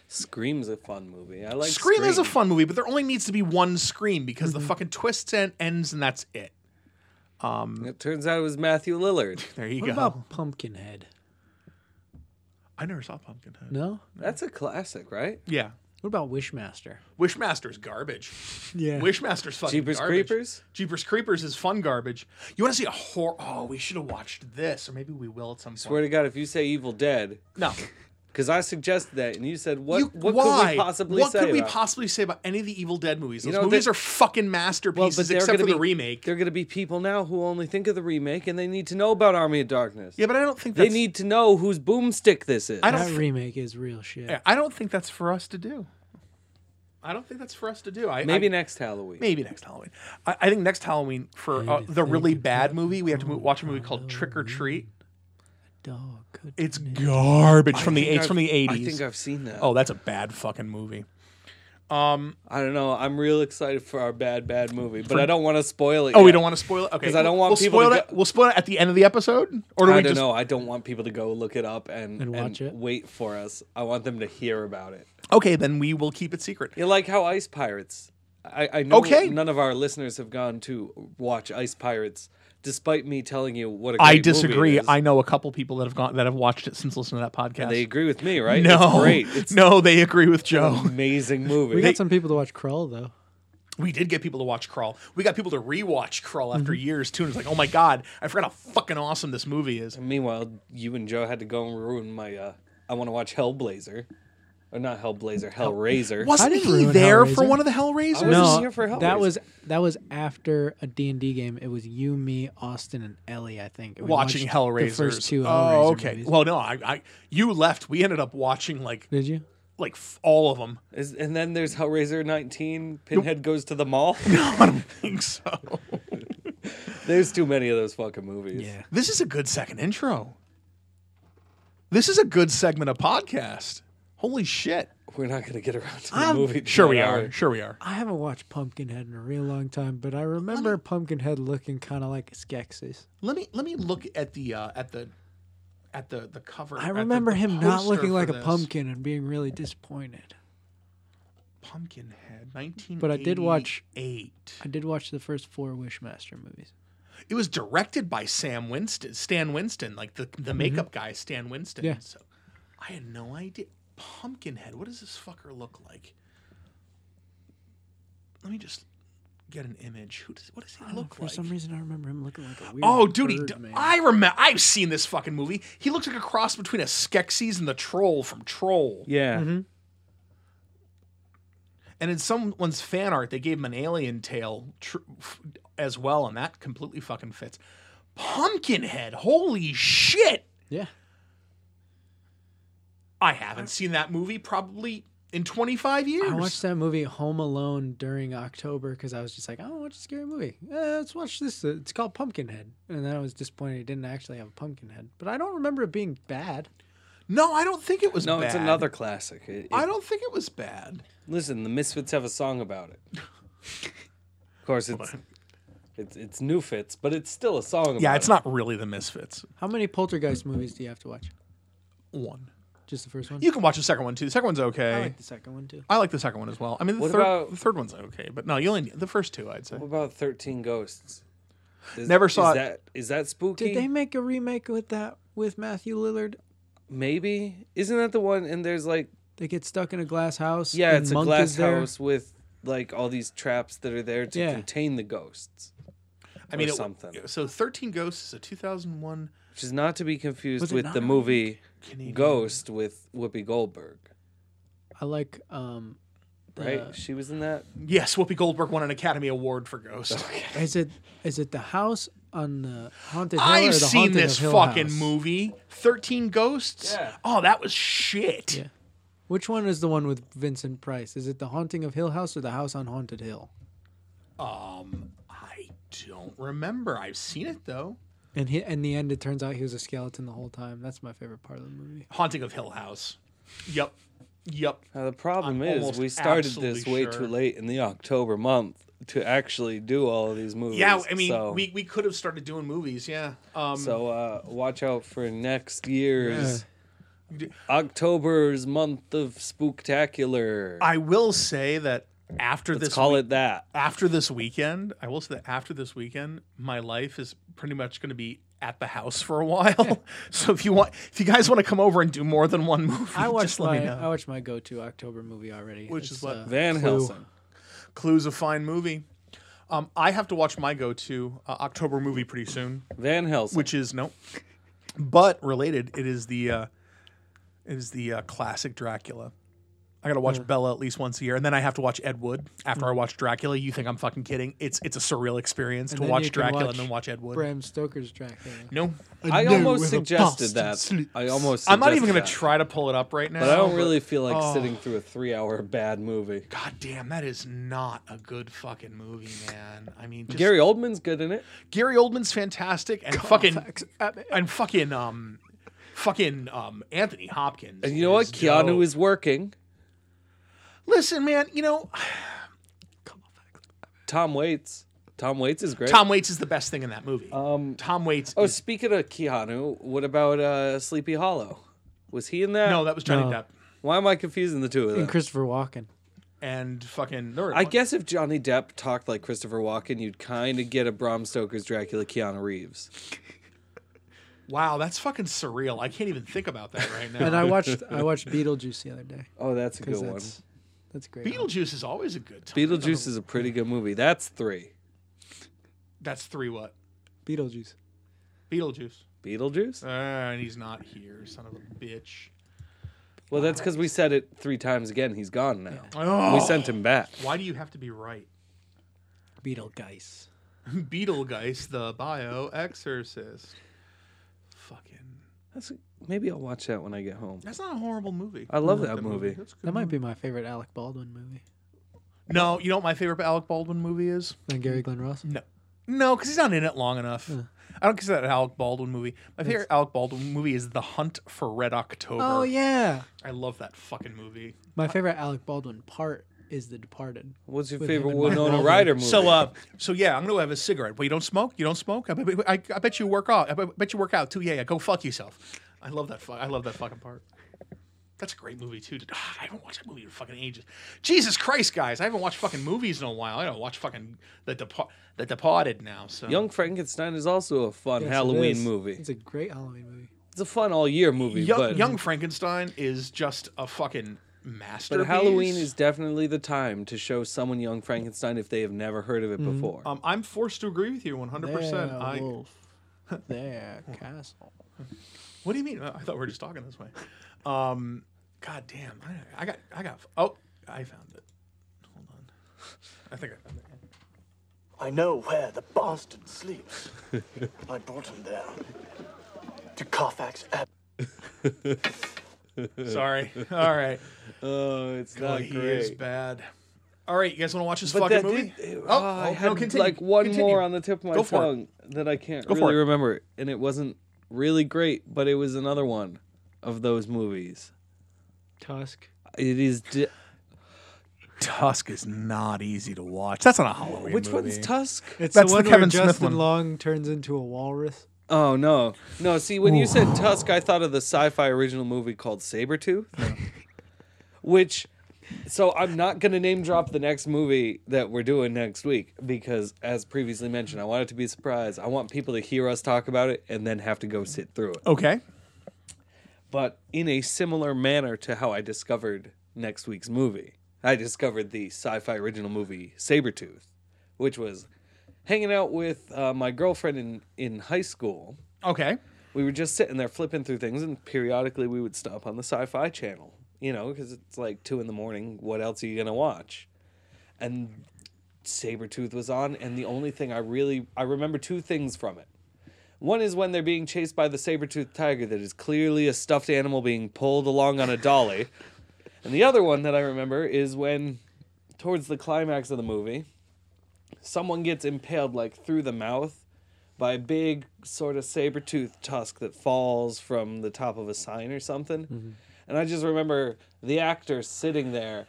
B: Scream's a fun movie. I like
A: Scream, is a fun movie, but there only needs to be one Scream because the fucking twists and ends, and that's it.
B: It turns out it was Matthew Lillard.
A: There you
C: What
A: go.
C: about Pumpkinhead?
A: I never saw Pumpkinhead.
C: No.
B: That's a classic, right?
A: Yeah,
C: What about Wishmaster?
A: Wishmaster's garbage.
C: Yeah.
A: Wishmaster's fucking
B: Jeepers
A: garbage.
B: Creepers?
A: Jeepers Creepers is fun garbage. You want to see a horror? Oh, we should have watched this, or maybe we will at some point.
B: Swear to God, if you say Evil Dead,
A: no,
B: because I suggested that, and you said, "What?
A: You-
B: what
A: why?
B: could we possibly
A: what
B: say?"
A: could we
B: about it?
A: possibly say about any of the Evil Dead movies? Those
B: know,
A: movies
B: they-
A: are fucking
B: Well,
A: masterpieces,
B: but they're
A: except for
B: gonna
A: the
B: be-
A: remake.
B: There are going to be people now who only think of the remake, and they need to know about Army of Darkness.
A: Yeah, but I don't think
B: they
A: that's,
B: need to know whose boomstick this is.
A: I don't
C: That
A: f-
C: remake is real shit.
A: Yeah, I don't think that's for us to do. I don't think that's for us to do. I
B: Maybe
A: I,
B: next Halloween.
A: maybe next Halloween. I, I think next Halloween for uh, the really bad movie, we have to mo- watch a movie called Trick or Treat.
C: Dog could
A: It's garbage from
B: I
A: the
B: think
A: it's from the
B: I've- I
A: eighties.
B: think I've seen that.
A: Oh, that's a bad fucking movie.
B: I don't know. I'm real excited for our bad, bad movie, but I don't want to spoil it.
A: Oh, we
B: yet.
A: don't want to spoil it. Okay,
B: 'Cause I don't want
A: we'll
B: people
A: Spoil
B: to
A: it. We'll spoil it at the end of the episode, or do
B: I
A: we
B: don't
A: just?
B: know. I don't want people to go look it up and,
C: And watch it?
B: Wait for us. I want them to hear about it.
A: Okay, then we will keep it secret.
B: You like how Ice Pirates? I, I know
A: Okay.
B: none of our listeners have gone to watch Ice Pirates, despite me telling you what a great
A: I
B: movie it
A: disagree.
B: is.
A: I know a couple people that have gone that have watched it since listening to that podcast.
B: They agree with me, right?
A: no,
B: it's great. It's
A: no, they agree with Joe.
B: an amazing movie.
C: We got some people to watch Crawl though.
A: We did get people to watch Crawl. We got people to rewatch Crawl after years too, and it's like, oh my god, I forgot how fucking awesome this movie is.
B: Meanwhile, you and Joe had to go and ruin my. Uh, I want to watch Hellblazer, or not Hellblazer, Hellraiser.
A: Wasn't
C: didn't
A: he
C: ruin
A: there for
C: Hellraiser.
A: one of the
B: I
A: Hellraisers?
B: was
C: No,
B: just here for help,
C: that
B: Razor.
C: was that was after a D and D game. It was you, me, Austin, and Ellie. I think We
A: watching
C: watched
A: Hellraiser.
C: The first two. Hellraiser
A: Oh, okay.
C: movies.
A: Well, no, I, I you left. We ended up watching like
C: Did you?
A: like f- all of them.
B: Is- and then there's Hellraiser 19. Pinhead goes to the mall.
A: I don't think so.
B: there's too many of those fucking movies.
C: Yeah.
A: This is a good second intro. This is a good segment of podcast. Holy shit!
B: We're not gonna get around to the
C: I'm-
B: movie.
A: Sure we
B: tonight,
A: are. Sure we are.
C: I haven't watched Pumpkinhead in a real long time, but I remember Pumpkinhead looking kind of like Skeksis.
A: Let me let me look at the uh, at the at the the cover.
C: I
A: at the-
C: remember
A: the
C: him not
A: poster
C: looking
A: for
C: like a
A: this.
C: pumpkin and being really disappointed.
A: Pumpkinhead, nineteen.
C: But I did watch-
A: eight.
C: I did watch the first four Wishmaster movies.
A: It was directed by Sam Winston, Stan Winston, like the the makeup guy, Stan Winston.
C: Mm-hmm. Yeah.
A: So I had no idea. Pumpkinhead. What does this fucker look like? Let me just get an image. Who does? What does he look
C: For
A: like?
C: some reason, I remember him looking like a weird.
A: Oh, dude, he,
C: bird
A: d-
C: man.
A: I remember. I've seen this fucking movie. He looks like a cross between a Skeksis and the troll from Troll.
B: Yeah.
A: And in someone's fan art, they gave him an alien tail tr- f- as well, and that completely fucking fits. Pumpkinhead, holy shit!
C: yeah.
A: I haven't seen that movie probably in 25 years.
C: I watched that movie Home Alone during October because I was just like, I want to watch a scary movie. Eh, let's watch this. It's called Pumpkinhead. And then I was disappointed it didn't actually have a pumpkin head. But I don't remember it being bad.
A: no, I don't think it was
B: No,
A: bad.
B: it's another classic. It- it-
A: I don't think it was bad.
B: Listen, the Misfits have a song about it. of course, it's it's it's New Fits, but it's still a song.
A: Yeah,
B: about
A: it's not really The Misfits.
C: How many Poltergeist movies do you have to watch?
A: One.
C: Just the first one?
A: You can watch the second one too. The second one's okay.
C: I like the second one too.
A: I like the second one as well. I mean, the
B: What
A: third
B: about-
A: the third one's okay, but no, you only the first two, I'd say.
B: What about Thirteen Ghosts? Is-
A: Never saw
B: is
A: it.
B: That, is that spooky?
C: Did they make a remake with that with Matthew Lillard?
B: Maybe isn't that the one? And there's like,
C: They get stuck in a glass house.
B: yeah,
C: and
B: it's a
C: Monk is
B: glass
C: there.
B: house with like all these traps that are there to
C: Yeah.
B: contain the ghosts,
A: I mean,
B: or
A: it-
B: something.
A: So, Thirteen Ghosts is a 2001
B: which is not to be confused
C: Was it
B: with
C: not
B: the
C: a
B: movie
A: Canadian.
B: Ghost with Whoopi Goldberg.
C: I like um
B: Right,
C: Uh,
B: she was in that.
A: Yes, Whoopi Goldberg won an Academy Award for Ghost.
C: is it is it the house on the haunted hill or
A: I've
C: the
A: seen
C: haunting
A: this
C: of Hill
A: fucking
C: House?
A: movie, Thirteen Ghosts.
B: Yeah.
A: Oh, that was shit.
C: Yeah. Which one is the one with Vincent Price? Is it The Haunting of Hill House or The House on Haunted Hill?
A: I don't remember. I've seen it though.
C: And he, in the end, it turns out he was a skeleton the whole time. That's my favorite part of the movie.
A: Haunting of Hill House. Yep. Yep.
B: Now, the problem
A: I'm
B: is
A: almost
B: we started
A: absolutely
B: this way
A: sure.
B: too late in the October month to actually do all of these movies.
A: Yeah, I mean,
B: so,
A: we, we could have started doing movies. Yeah. Um,
B: so uh, watch out for next year's
A: Yeah.
B: October's month of spooktacular.
A: I will say that after
B: Let's
A: this
B: call
A: week-
B: it that.
A: after this weekend, I will say that after this weekend, my life is pretty much going to be at the house for a while. so if you want, if you guys want to come over and do more than one movie,
C: I watched
A: just let
C: my
A: me
C: I
A: know.
C: watched my go-to October movie already,
A: Which is
C: It's,
A: what?
C: uh,
B: Van
C: Clue.
B: Helsing.
A: Clue's a fine movie. Um, I have to watch my go-to uh, October movie pretty soon,
B: Van Helsing.
A: which is no, but related. It is the uh, it is the uh, classic Dracula. I gotta watch Bella at least once a year, and then I have to watch Ed Wood after I watch Dracula. You think I'm fucking kidding? It's it's a surreal experience to
C: then
A: watch
C: you can
A: Dracula
C: watch
A: and then watch Ed Wood.
C: Bram Stoker's Dracula.
A: No,
B: I almost suggested that. I almost.
A: I'm not even
B: suggested
A: gonna
B: that.
A: try to pull it Oh. up right now.
B: But I don't really feel like sitting through a three-hour bad movie.
A: God damn, that is not a good fucking movie, man. I mean, just, Gary
B: Gary Oldman's good in it.
A: Gary Oldman's fantastic, and fucking
C: Facts, Batman.
A: and fucking um, fucking um, Anthony Hopkins.
B: And you know what? Keanu
A: dope.
B: is working.
A: Listen, man. You know,
B: Tom Waits. Tom Waits is great.
A: Tom Waits is the best thing in that movie. Um, Tom Waits.
B: Oh,
A: is,
B: speaking of Keanu, what about uh, Sleepy Hollow? Was he in that?
A: no, that was Johnny
C: No.
A: Depp
B: Why am I confusing the two of them?
C: and Christopher Walken.
A: and fucking. there it
B: I
A: was.
B: guess if Johnny Depp talked like Christopher Walken, you'd kind of get a Bram Stoker's Dracula Keanu Reeves.
A: Wow, that's fucking surreal. I can't even think about that right now.
C: And I watched I watched Beetlejuice the other day.
B: Oh, that's a
C: 'cause
B: good one.
C: that's, That's a great. one.
A: Beetlejuice is always a good time.
B: Beetlejuice is a pretty good movie. That's three.
A: That's three what?
C: Beetlejuice.
A: Beetlejuice.
B: Beetlejuice?
A: Uh, and he's not here, son of a bitch.
B: Well, that's because we said it three times again. He's gone now.
A: Oh,
B: We sent him back.
A: why do you have to be right?
C: Beetlegeist.
A: Beetlegeist, the bio exorcist. Fucking.
B: That's, maybe I'll watch that when I get home.
A: That's not a horrible movie.
B: I love that movie.
A: That's good.
C: That might be my favorite Alec Baldwin movie.
A: No, you know what my favorite Alec Baldwin movie is?
C: Than Gary Glenn Ross.
A: No. No, because he's not in it long enough. I don't consider that an Alec Baldwin movie. My favorite Alec Baldwin movie is The Hunt for Red October.
C: Oh yeah.
A: I love that fucking movie.
C: My favorite Alec Baldwin part is The Departed.
B: What's your
C: With him
B: favorite
C: and Mark
B: Winona
C: Wahlberg.
B: Ryder movie?
A: So, uh, so yeah, I'm gonna have a cigarette. Well, you don't smoke. You don't smoke. I, bet- I, I bet you work out. I bet, bet you work out too. Yeah, yeah. Go fuck yourself. I love that. Fu- I love that fucking part. That's a great movie too. Ah, I haven't watched that movie in fucking ages. Jesus Christ, guys! I haven't watched fucking movies in a while. I don't watch fucking the Depa- the Departed now. So
B: Young Frankenstein is also a fun
C: Yes, it
B: Halloween
C: is.
B: movie.
C: It's a great Halloween movie.
B: It's a fun all year movie,
A: Young,
B: but
A: Young Frankenstein is just a fucking masterpiece.
B: but Halloween is definitely the time to show someone Young Frankenstein if they have never heard of it before.
A: Um, I'm forced to agree with you 100. percent
C: Their
A: I.
C: wolf, their castle.
A: What do you mean? Uh, I thought we were just talking this way. Um, God damn, I, I got, I got. Oh, I found it. Hold on. I think I found it.
E: I know where the bastard sleeps. I brought him there. To Carfax Abbey.
A: Sorry. All right.
B: oh, it's
A: Boy, he is bad. All right, you guys want to watch this
B: But
A: fucking
B: that
A: movie?
B: did,
A: oh,
B: oh, I
A: oh,
B: had
A: no, continue.
B: like one
A: Continue.
B: more on the tip of my
A: Go for it.
B: tongue that I can't
A: Go for
B: really
A: it.
B: remember, and it wasn't really great, but it was another one of those movies.
C: Tusk.
B: It is. Di-
A: Tusk is not easy to watch. That's not a Halloween
B: Which
A: movie.
B: one's Tusk?
C: It's
A: That's the
C: the one where
A: Kevin Smith
C: Justin
A: one.
C: Long turns into a walrus.
B: Oh no, no. See, when you said Tusk, I thought of the sci-fi original movie called Sabretooth, which. So I'm not gonna name drop the next movie that we're doing next week because, as previously mentioned, I want it to be a surprise. I want people to hear us talk about it and then have to go sit through it.
A: Okay.
B: But in a similar manner to how I discovered next week's movie, I discovered the sci-fi original movie Sabretooth, which was hanging out with uh, my girlfriend in in high school
A: Okay.
B: we were just sitting there flipping through things, and periodically we would stop on the Sci Fi channel, you know, because it's like two in the morning. What else are you going to watch? And Sabretooth was on, and the only thing I really I remember two things from it. One is when they're being chased by the saber-toothed tiger that is clearly a stuffed animal being pulled along on a dolly. and the other one that I remember is when towards the climax of the movie, someone gets impaled like through the mouth by a big sort of saber-toothed tusk that falls from the top of a sign or something. And I just remember the actor sitting there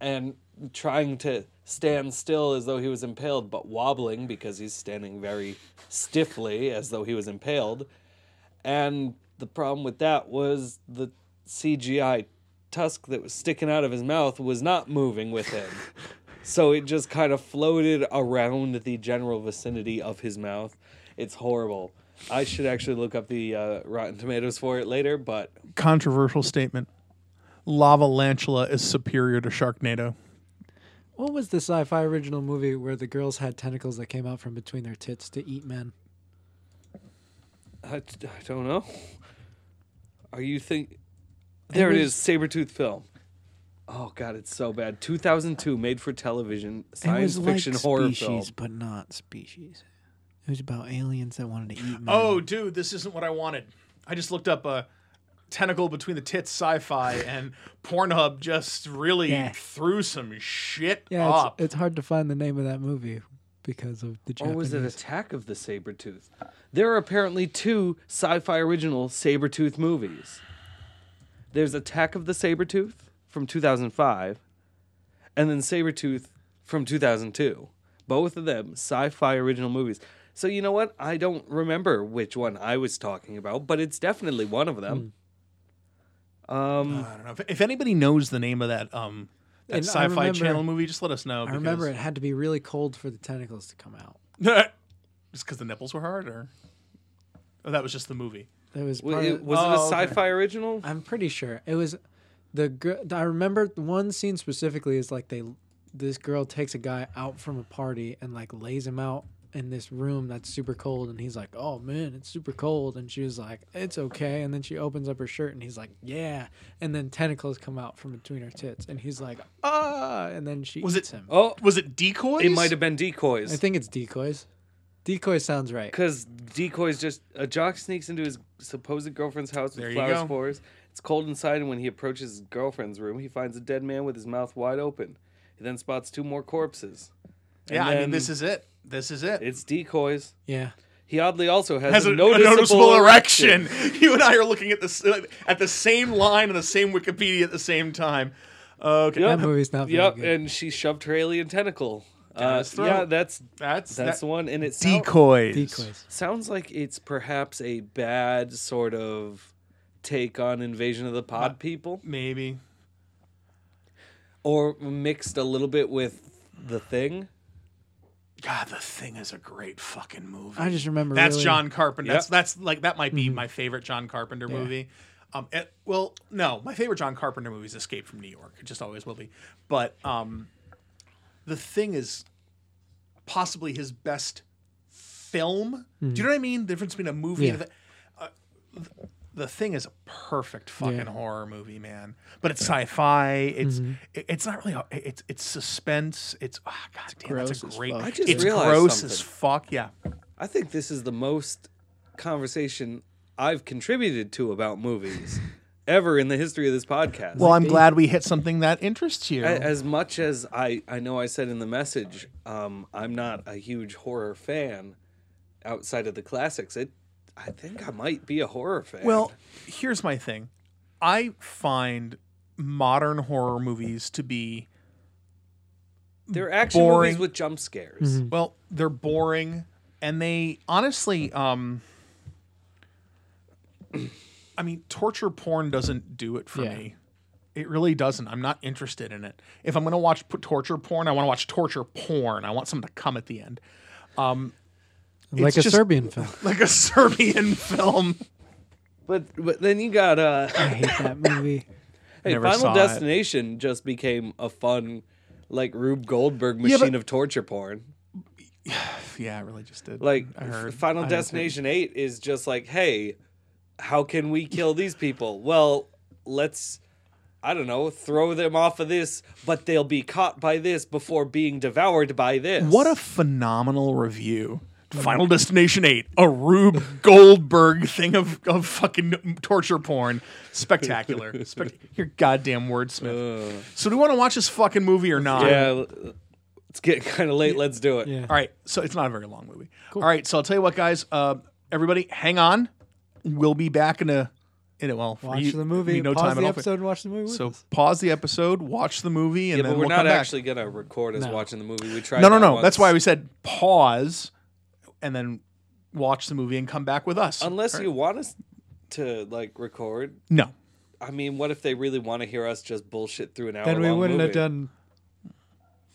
B: and trying to stand still as though he was impaled, but wobbling because he's standing very stiffly as though he was impaled. And the problem with that was the CGI tusk that was sticking out of his mouth was not moving with him. so it just kind of floated around the general vicinity of his mouth. It's horrible. I should actually look up the uh, Rotten Tomatoes for it later, but
A: Controversial statement. Lava Lantula is superior to Sharknado.
C: What was the sci-fi original movie where the girls had tentacles that came out from between their tits to eat men?
B: I, I don't know. Are you think? There it is,
C: was-
B: Sabretooth film. Oh god, it's so bad. 2002, made for television
C: it
B: science
C: was
B: fiction
C: like
B: horror
C: species,
B: film.
C: but not species. It was about aliens that wanted to eat men.
A: Oh, dude, this isn't what I wanted. I just looked up a tentacle between the tits sci-fi, and Pornhub just really
C: Yeah.
A: threw some shit
C: yeah,
A: up.
C: it's, it's hard to find the name of that movie because of the
B: Or
C: Japanese.
B: was it Attack of the Sabretooth? There are apparently two sci-fi original Sabretooth movies. There's Attack of the Sabretooth from 2005 and then Sabretooth from 2002. Both of them sci-fi original movies. So you know what? I don't remember which one I was talking about, but it's definitely one of them. Um
A: I don't know if, if anybody knows the name of that um that
C: And I
A: sci-fi
C: remember-
A: channel movie. Just let us know.
C: I remember it had to be really cold for the tentacles to come out.
A: it. just because the nipples were hard, or oh, that was just the movie.
C: That was
B: wa-
C: part
B: it-
C: of-
B: was
A: oh,
B: it a
A: okay.
B: sci-fi original?
C: I'm pretty sure it was the girl. I remember one scene specifically is like they this girl takes a guy out from a party and like lays him out in this room that's super cold and he's like, "Oh man, it's super cold." And she was like, "It's okay." And then she opens up her shirt and he's like, "Yeah." And then tentacles come out from between her tits and he's like, "Ah!" And then she
A: Was it?
C: eats him.
B: Oh,
A: Was it decoys?
B: it might have been
C: I
B: decoys.
C: think it's decoys. Decoy sounds right.
B: Because decoys just a jock sneaks into his supposed girlfriend's house
A: There
B: with
A: you
B: flowers
A: go.
B: for us. It's cold inside, and when he approaches his girlfriend's room, he finds a dead man with his mouth wide open. He then spots two more corpses. And
A: Yeah, I mean,
B: then
A: this is it. This is it.
B: it's decoys.
C: Yeah.
B: He oddly also has,
A: has a,
B: a,
A: a
B: noticeable,
A: noticeable
B: erection.
A: erection. You and I are looking at this at the same line and the same Wikipedia at the same time. Okay,
B: Yep.
C: That movie's not very
B: Yep,
C: good.
B: and she shoved her alien tentacle.
A: Down
B: Uh,
A: his throat.
B: yeah, that's
A: that's
B: that's
A: that-
B: the one, and it sound-
A: decoys.
C: Decoys.
B: sounds like it's perhaps a bad sort of take on Invasion of the Pod People.
A: maybe.
B: or mixed a little bit with the thing.
A: God, the thing is a great fucking movie.
C: I just remember
A: that's
C: really-
A: John Carpenter. That's
B: Yep.
A: that's like that might be my favorite John Carpenter movie. Um, it- well, no, my favorite John Carpenter movie is Escape from New York. It just always will be. But um, the thing is possibly his best film. Do you know what I mean? The difference between a movie
C: Hmm. Yeah.
A: and a thi- the thing is a perfect fucking
C: Yeah.
A: horror movie, man. But it's sci-fi. It's
C: Mm-hmm.
A: it- it's not really. a- It's it's suspense. It's oh, god damn, that's a
C: gross as
A: great.
C: fuck. I
B: just
A: it's
B: realized
A: gross
B: something.
A: as fuck. Yeah,
B: I think this is the most conversation I've contributed to about movies ever in the history of this podcast.
A: Well, I'm glad we hit something that interests you.
B: A- as much as I, I know I said in the message, um, I'm not a huge horror fan outside of the classics. It, I think I might be a horror fan.
A: well, here's my thing. I find modern horror movies to be
B: they're action
A: boring. Mm-hmm.
B: movies with jump scares.
A: well, they're boring and they honestly um I mean, torture porn doesn't do it for
C: Yeah.
A: me. It really doesn't. I'm not interested in it. If I'm going to watch p- torture porn, I want to watch torture porn. I want someone to come at the end.
C: like
A: It's
C: a
A: just-
C: Serbian film.
A: Like a Serbian film.
B: But but then you got uh,
C: I hate that movie.
B: hey,
A: Never
B: Final
A: saw it.
B: Destination just became a fun like Rube Goldberg machine
A: but-
B: of torture porn.
A: Yeah, I really just did.
B: Like
A: I
B: f-
A: heard.
B: Final Destination 8 is just like, hey, how can we kill these people? Well, let's I don't know, throw them off of this, but they'll be caught by this before being devoured by this.
A: What a phenomenal review. Final Destination 8, a Rube Goldberg thing of, of fucking torture porn. Spectacular. Spec- Your goddamn wordsmith. so, do we want to watch this fucking movie or not?
B: Yeah. l- It's getting kind of late. Let's do it.
C: Yeah.
A: All right, so it's not a very long movie. All right, so I'll tell you what, guys. Uh, everybody, hang on. We'll be back in a in a well. for
C: Watch
A: you,
C: the
A: it'd
C: movie.
A: be No
C: pause
A: time
C: the
A: at all.
C: episode. and Watch the movie. with
A: So
C: us.
A: pause the episode, watch the movie, and
B: Yeah,
A: then
B: but we're
A: we'll
B: not
A: come back.
B: actually gonna record as
C: No.
B: watching the movie. We tried.
A: No, no,
B: that
A: no. That's
B: once.
A: why we said pause, and then watch the movie and come back with us.
B: Unless
A: All right.
B: you want us to like record.
A: no,
B: I mean, what if they really want to hear us just bullshit through an hour?
C: then we
B: long
C: wouldn't have
B: movie?
C: done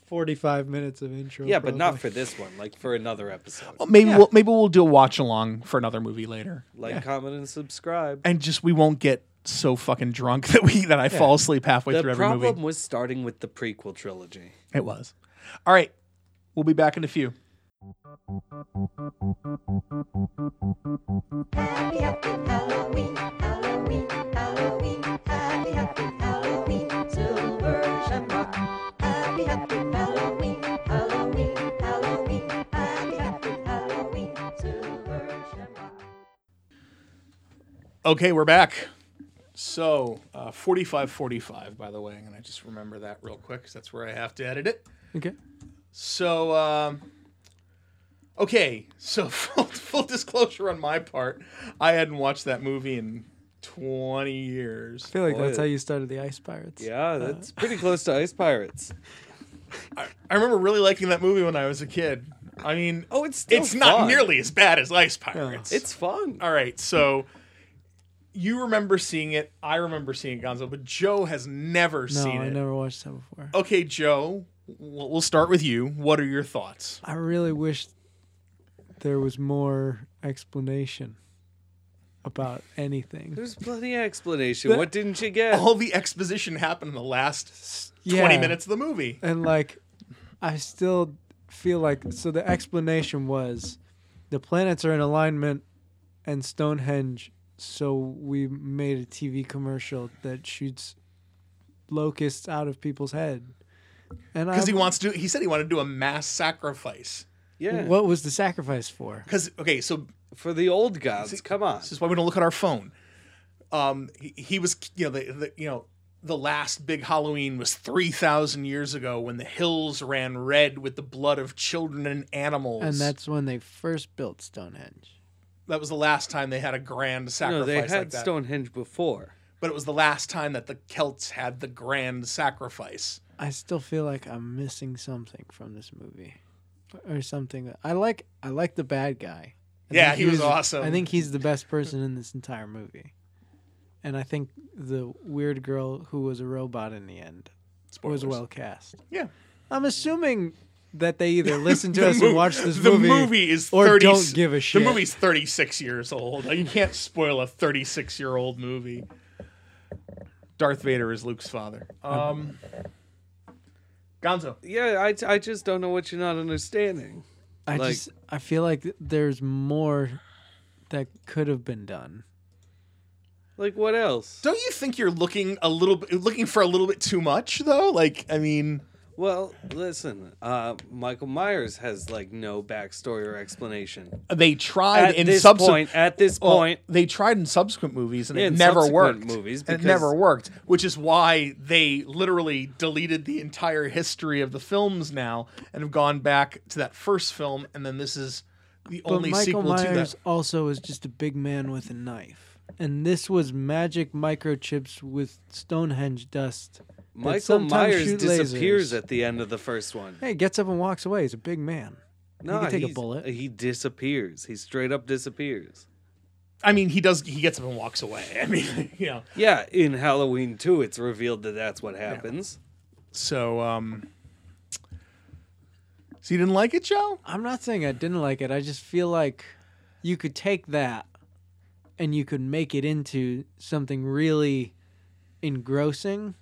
C: forty-five minutes of intro.
B: Yeah, but not
C: probably.
B: for this one. Like for another episode.
A: Well, maybe we'll maybe we'll do a watch along for another movie later,
B: like, comment, and subscribe.
A: and just we won't get so fucking drunk that we that I fall asleep halfway
B: The
A: through every
B: problem
A: movie.
B: was starting with the prequel trilogy.
A: It was. All right, we'll be back in a few.
F: Happy, happy Halloween, Halloween, Halloween. Happy, happy Halloween, Silver Shamrock. Happy, happy Halloween, Halloween, Halloween. Happy, happy Halloween, Silver Shamrock.
A: Okay, we're back. So, uh, 45 45, by the way. I'm going to just remember that real quick because that's where I have to edit it.
C: Okay.
A: So, um, okay. So, full, full disclosure on my part, I hadn't watched that movie in 20 years.
C: I feel like
B: Boy.
C: that's how you started the Ice Pirates.
A: Uh,
B: Yeah, that's pretty close to Ice Pirates.
A: I remember really liking that movie when I was a kid. I mean,
B: Oh, it's still
A: it's not
B: fun.
A: nearly as bad as Ice Pirates.
B: It's fun.
A: All right, so you remember seeing it. I remember seeing it, Gonzo, but Joe has never
C: No,
A: seen
C: I
A: it.
C: never watched that before.
A: Okay, Joe, we'll we'll start with you. What are your thoughts?
C: I really wish there was more explanation about anything.
B: There's plenty of explanation. What didn't you get?
A: All the exposition happened in the last 20
C: Yeah.
A: minutes of the movie.
C: and like I still feel like so the explanation was the planets are in alignment and Stonehenge so we made a TV commercial that shoots locusts out of people's head. And I
A: Because he wants to, he said he wanted to do a mass sacrifice.
B: yeah,
C: what was the sacrifice for?
A: Because, okay, so
B: for the old gods. come on.
A: this is why we don't look at our phone. Um, he, he was, you know, the, the, you know, the last big Halloween was 3,000 years ago when the hills ran red with the blood of children and animals.
C: And that's when they first built Stonehenge.
A: that was the last time they had a grand sacrifice
B: No, they had
A: like that.
B: Stonehenge before.
A: but it was the last time that the Celts had the grand sacrifice.
C: I still feel like I'm missing something from this movie. Or something that I like I like the bad guy. I
A: Yeah,
C: think
A: he was awesome.
C: I think he's the best person in this entire movie. And I think the weird girl who was a robot in the end was well cast.
A: Yeah.
C: I'm assuming that they either listen to us
A: mo-
C: and watch this
A: the
C: movie,
A: movie, is
C: or
A: 30,
C: don't give a shit.
A: The movie's 36 years old. You can't spoil a 36 year old movie. Darth Vader is Luke's father.
C: Oh.
A: Um, Gonzo.
B: Yeah, I, I just don't know what you're not understanding.
C: I
B: Like-
C: just I feel like th- there's more that could have been done.
B: Like what else?
A: Don't you think you're looking a little bit looking for a little bit too much though? Like, I mean,
B: Well, listen. Uh, Michael Myers has like no backstory or explanation.
A: they tried
B: At
A: in
B: this
A: subsequent
B: point, at this
A: Well,
B: point,
A: they tried in subsequent movies and
B: Yeah,
A: it
B: in
A: never
B: subsequent
A: worked.
B: movies,
A: and it
B: because-
A: never worked, which is why they literally deleted the entire history of the films now and have gone back to that first film. And then this is the
C: But
A: only
C: Michael
A: sequel
C: Myers
A: to that.
C: also is just a big man with a knife. And this was magic microchips with Stonehenge dust. that
B: Michael
C: sometimes
B: Myers
C: shoot
B: disappears
C: lasers.
B: at the end of the first one.
C: Hey, gets up and walks away. He's a big man.
B: No,
C: could take a
B: he's-
C: bullet.
B: He disappears. He straight up disappears.
A: I mean, he does. He gets up and walks away. I mean, you know.
B: Yeah, in Halloween 2, it's revealed that that's what happens.
A: So, um, so you didn't like it, Joe?
C: I'm not saying I didn't like it. I just feel like you could take that and you could make it into something really engrossing.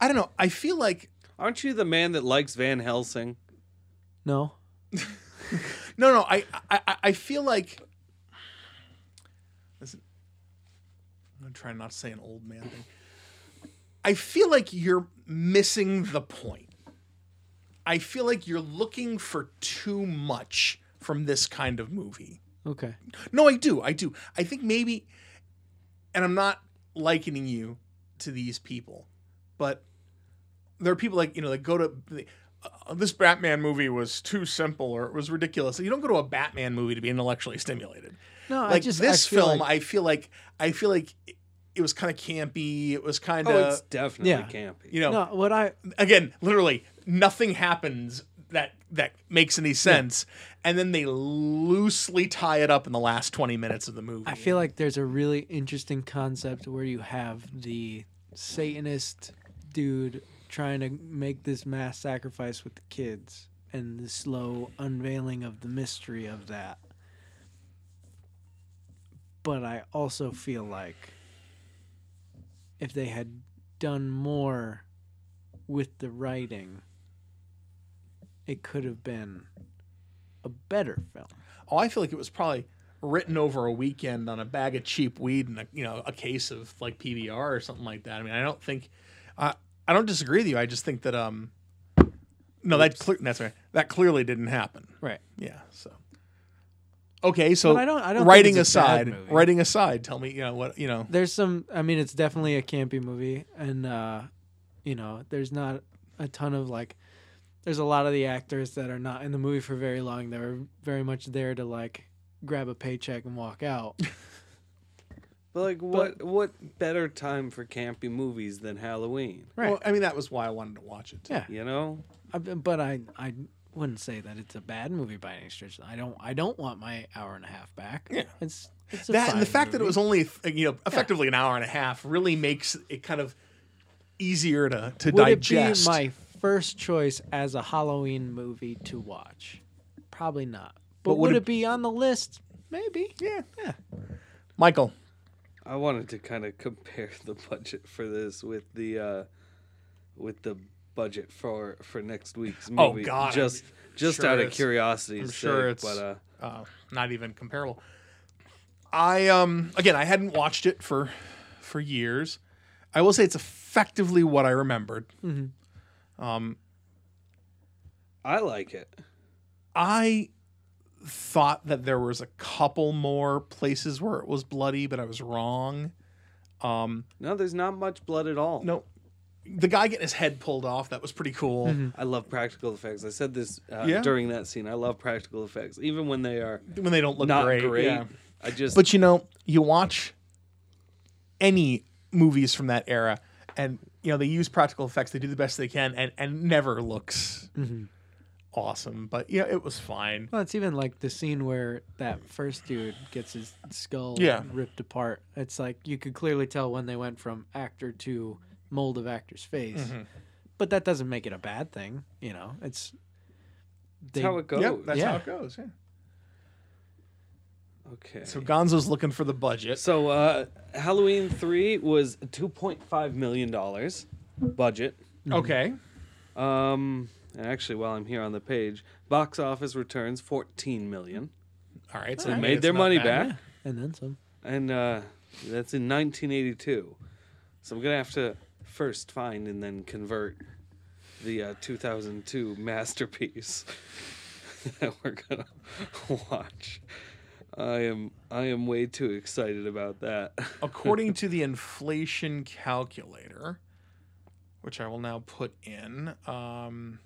A: I don't know. I feel like
B: Aren't you the man that likes Van Helsing?
C: No.
A: No, no, I, I, I- I feel like. Listen, I'm gonna try not to say an old man thing. I feel like you're missing the point. I feel like you're looking for too much from this kind of movie.
C: Okay.
A: No, I do. I do. I think maybe, and I'm not likening you to these people, but there are people like you know that go to uh, this Batman movie was too simple or it was ridiculous. You don't go to a Batman movie to be intellectually stimulated.
C: No,
A: Like
C: I just
A: this
C: I feel
A: film,
C: like-
A: I feel like I feel like it- it was kind of campy. It was kind
B: Oh,
A: of
B: it's definitely
C: yeah.
B: campy.
A: you know
C: no, what I
A: again, literally nothing happens that that makes any sense, and then they loosely tie it up in the last twenty minutes of the movie.
C: I feel like there's a really interesting concept where you have the Satanist dude trying to make this mass sacrifice with the kids and the slow unveiling of the mystery of that. But I also feel like if they had done more with the writing, it could have been a better film.
A: oh, I feel like it was probably written over a weekend on a bag of cheap weed and a, you know a case of like PBR or something like that. I mean, I don't think I I don't disagree with you. I just think that um no that cle- that's right that clearly didn't happen.
C: Right.
A: Yeah. So. Okay, so
C: But I don't- I don't think
A: writing
C: it's a
A: aside,
C: bad movie.
A: writing aside, tell me, you know what, you know,
C: there's some i mean it's definitely a campy movie and uh you know there's not a ton of like there's a lot of the actors that are not in the movie for very long that are very much there to like grab a paycheck and walk out
B: But like, what what better time for campy movies than Halloween?
C: Right.
A: Well, I mean, that was why I wanted to watch it.
C: yeah
B: You know,
C: I, but i i wouldn't say that it's a bad movie by any stretch i don't i don't want my hour and a half back
A: Yeah.
C: it's it's a
A: That and the
C: fine
A: fact that it
C: movie.
A: was only uh, you know effectively an hour and a half really makes it kind of easier to to
C: Would
A: digest.
C: it be my first choice as a Halloween movie to watch? Probably not. But,
A: But would
C: would
A: it-
C: it be on the list? Maybe.
A: yeah, yeah. Michael,
B: I wanted to kind of compare the budget for this with the uh, with the budget for for next week's
A: Oh,
B: movie.
A: God, I'm
B: Just just
A: sure
B: out of
A: it's-
B: curiosity.
A: I'm sure
B: sake,
A: it's-
B: But uh,
A: uh, not even comparable. I um again, I hadn't watched it for for years. I will say it's effectively what I remembered.
B: I like it.
A: I thought that there was a couple more places where it was bloody, but I was wrong.
B: No, there's not much blood at all.
A: No, the guy getting his head pulled off—that was pretty cool.
B: I love practical effects. I said this uh,
A: Yeah.
B: during that scene. I love practical effects, even when they are
A: when they don't look
B: not
A: great.
B: great.
A: yeah.
B: I just
A: But you know, you watch any movies from that era, and you know they use practical effects. They do the best they can, and and never looks awesome. But yeah, it was fine.
C: Well, it's even like the scene where that first dude gets his skull
A: Yeah.
C: ripped apart. It's like you could clearly tell when they went from actor to mold of actor's face.
A: Mm-hmm.
C: But that doesn't make it a bad thing, you know. It's they,
B: how it goes.
A: Yep, that's
C: Yeah.
A: how it goes. Yeah.
B: okay.
A: So
B: So,
A: Gonzo's looking for the budget.
B: uh, Halloween three was two point five million dollars budget.
A: Okay.
B: Um, and actually, while I'm here on the page, box office returns 14 million.
A: All right. So
B: They
A: I mean,
B: made
A: it's
B: their
A: not
B: money
A: bad.
B: back,
C: and then some.
B: and uh, that's in 1982. So I'm gonna have to first find and then convert the uh, 2002 masterpiece that we're gonna watch. I am I am way too excited about that.
A: According to the inflation calculator, which I will now put in, um,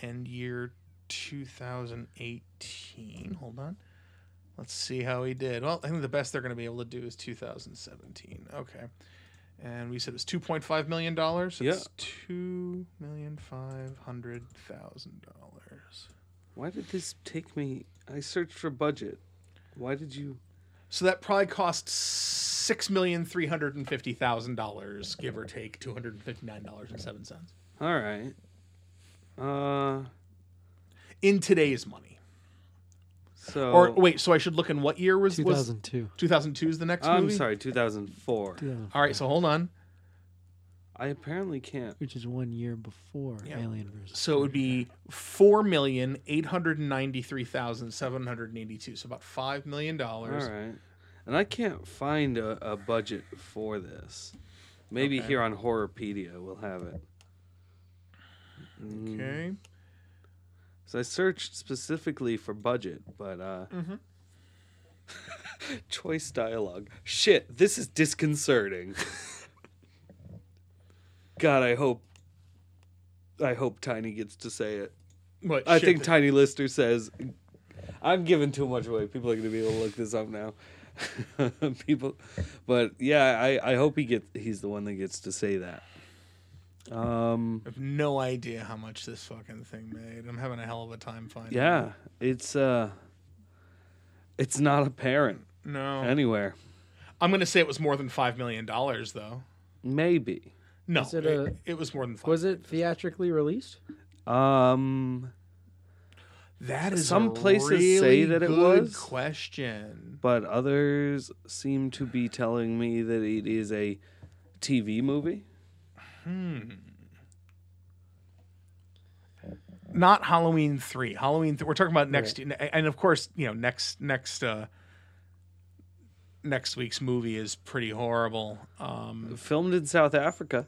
A: and year 2018. Hold on. Let's see how he did. Well, I think the best they're going to be able to do is 2017. Okay. And we said it was $2.5 million. It's
B: Yeah.
A: $2,500,000.
B: Why did this take me? I searched for budget. Why did you?
A: So that probably cost six million three hundred and fifty thousand dollars, give or take two hundred and fifty nine dollars and seven cents
B: All right. Uh.
A: in today's money.
B: So
A: Or wait, so I should look in what year was
C: Two
A: was
C: thousand two.
A: two thousand two is the next
B: I'm
A: movie.
B: sorry, 2004.
A: All right, so hold on.
B: I apparently can't.
C: Which is one year before Alien versus
A: So it would be four million eight hundred and ninety three thousand seven hundred and eighty two. So about five million
B: All
A: dollars.
B: right, and I can't find a, a budget for this. Maybe
A: Okay.
B: here on Horrorpedia we'll have it.
A: Okay.
B: So I searched specifically for budget, but uh,
A: Mm-hmm.
B: choice dialogue. Shit, this is disconcerting. God, I hope I hope Tiny gets to say it.
A: What,
B: I
A: shit
B: think
A: that-
B: Tiny Lister says, "I'm giving too much away. People are going to be able to look this up now." People, but yeah, I, I hope he gets. He's the one that gets to say that. Um.
A: I have no idea how much this fucking thing made. I'm having a hell of a time finding. it.
B: Yeah, it's uh, it's not apparent
A: No.
B: anywhere.
A: I'm gonna say it was more than five million dollars though.
B: Maybe.
A: No,
C: Is
A: it,
C: it a-
A: it was more than five.
C: Was it theatrically released?
B: Um.
A: That is
B: Some
A: a
B: places
A: really
B: say that it
A: good
B: was.
A: Question.
B: But others seem to be telling me that it is a TV movie.
A: Not Halloween three. Halloween. Th- we're talking about next, and of course, you know, next next uh next week's movie is pretty horrible. Um,
B: filmed in South Africa.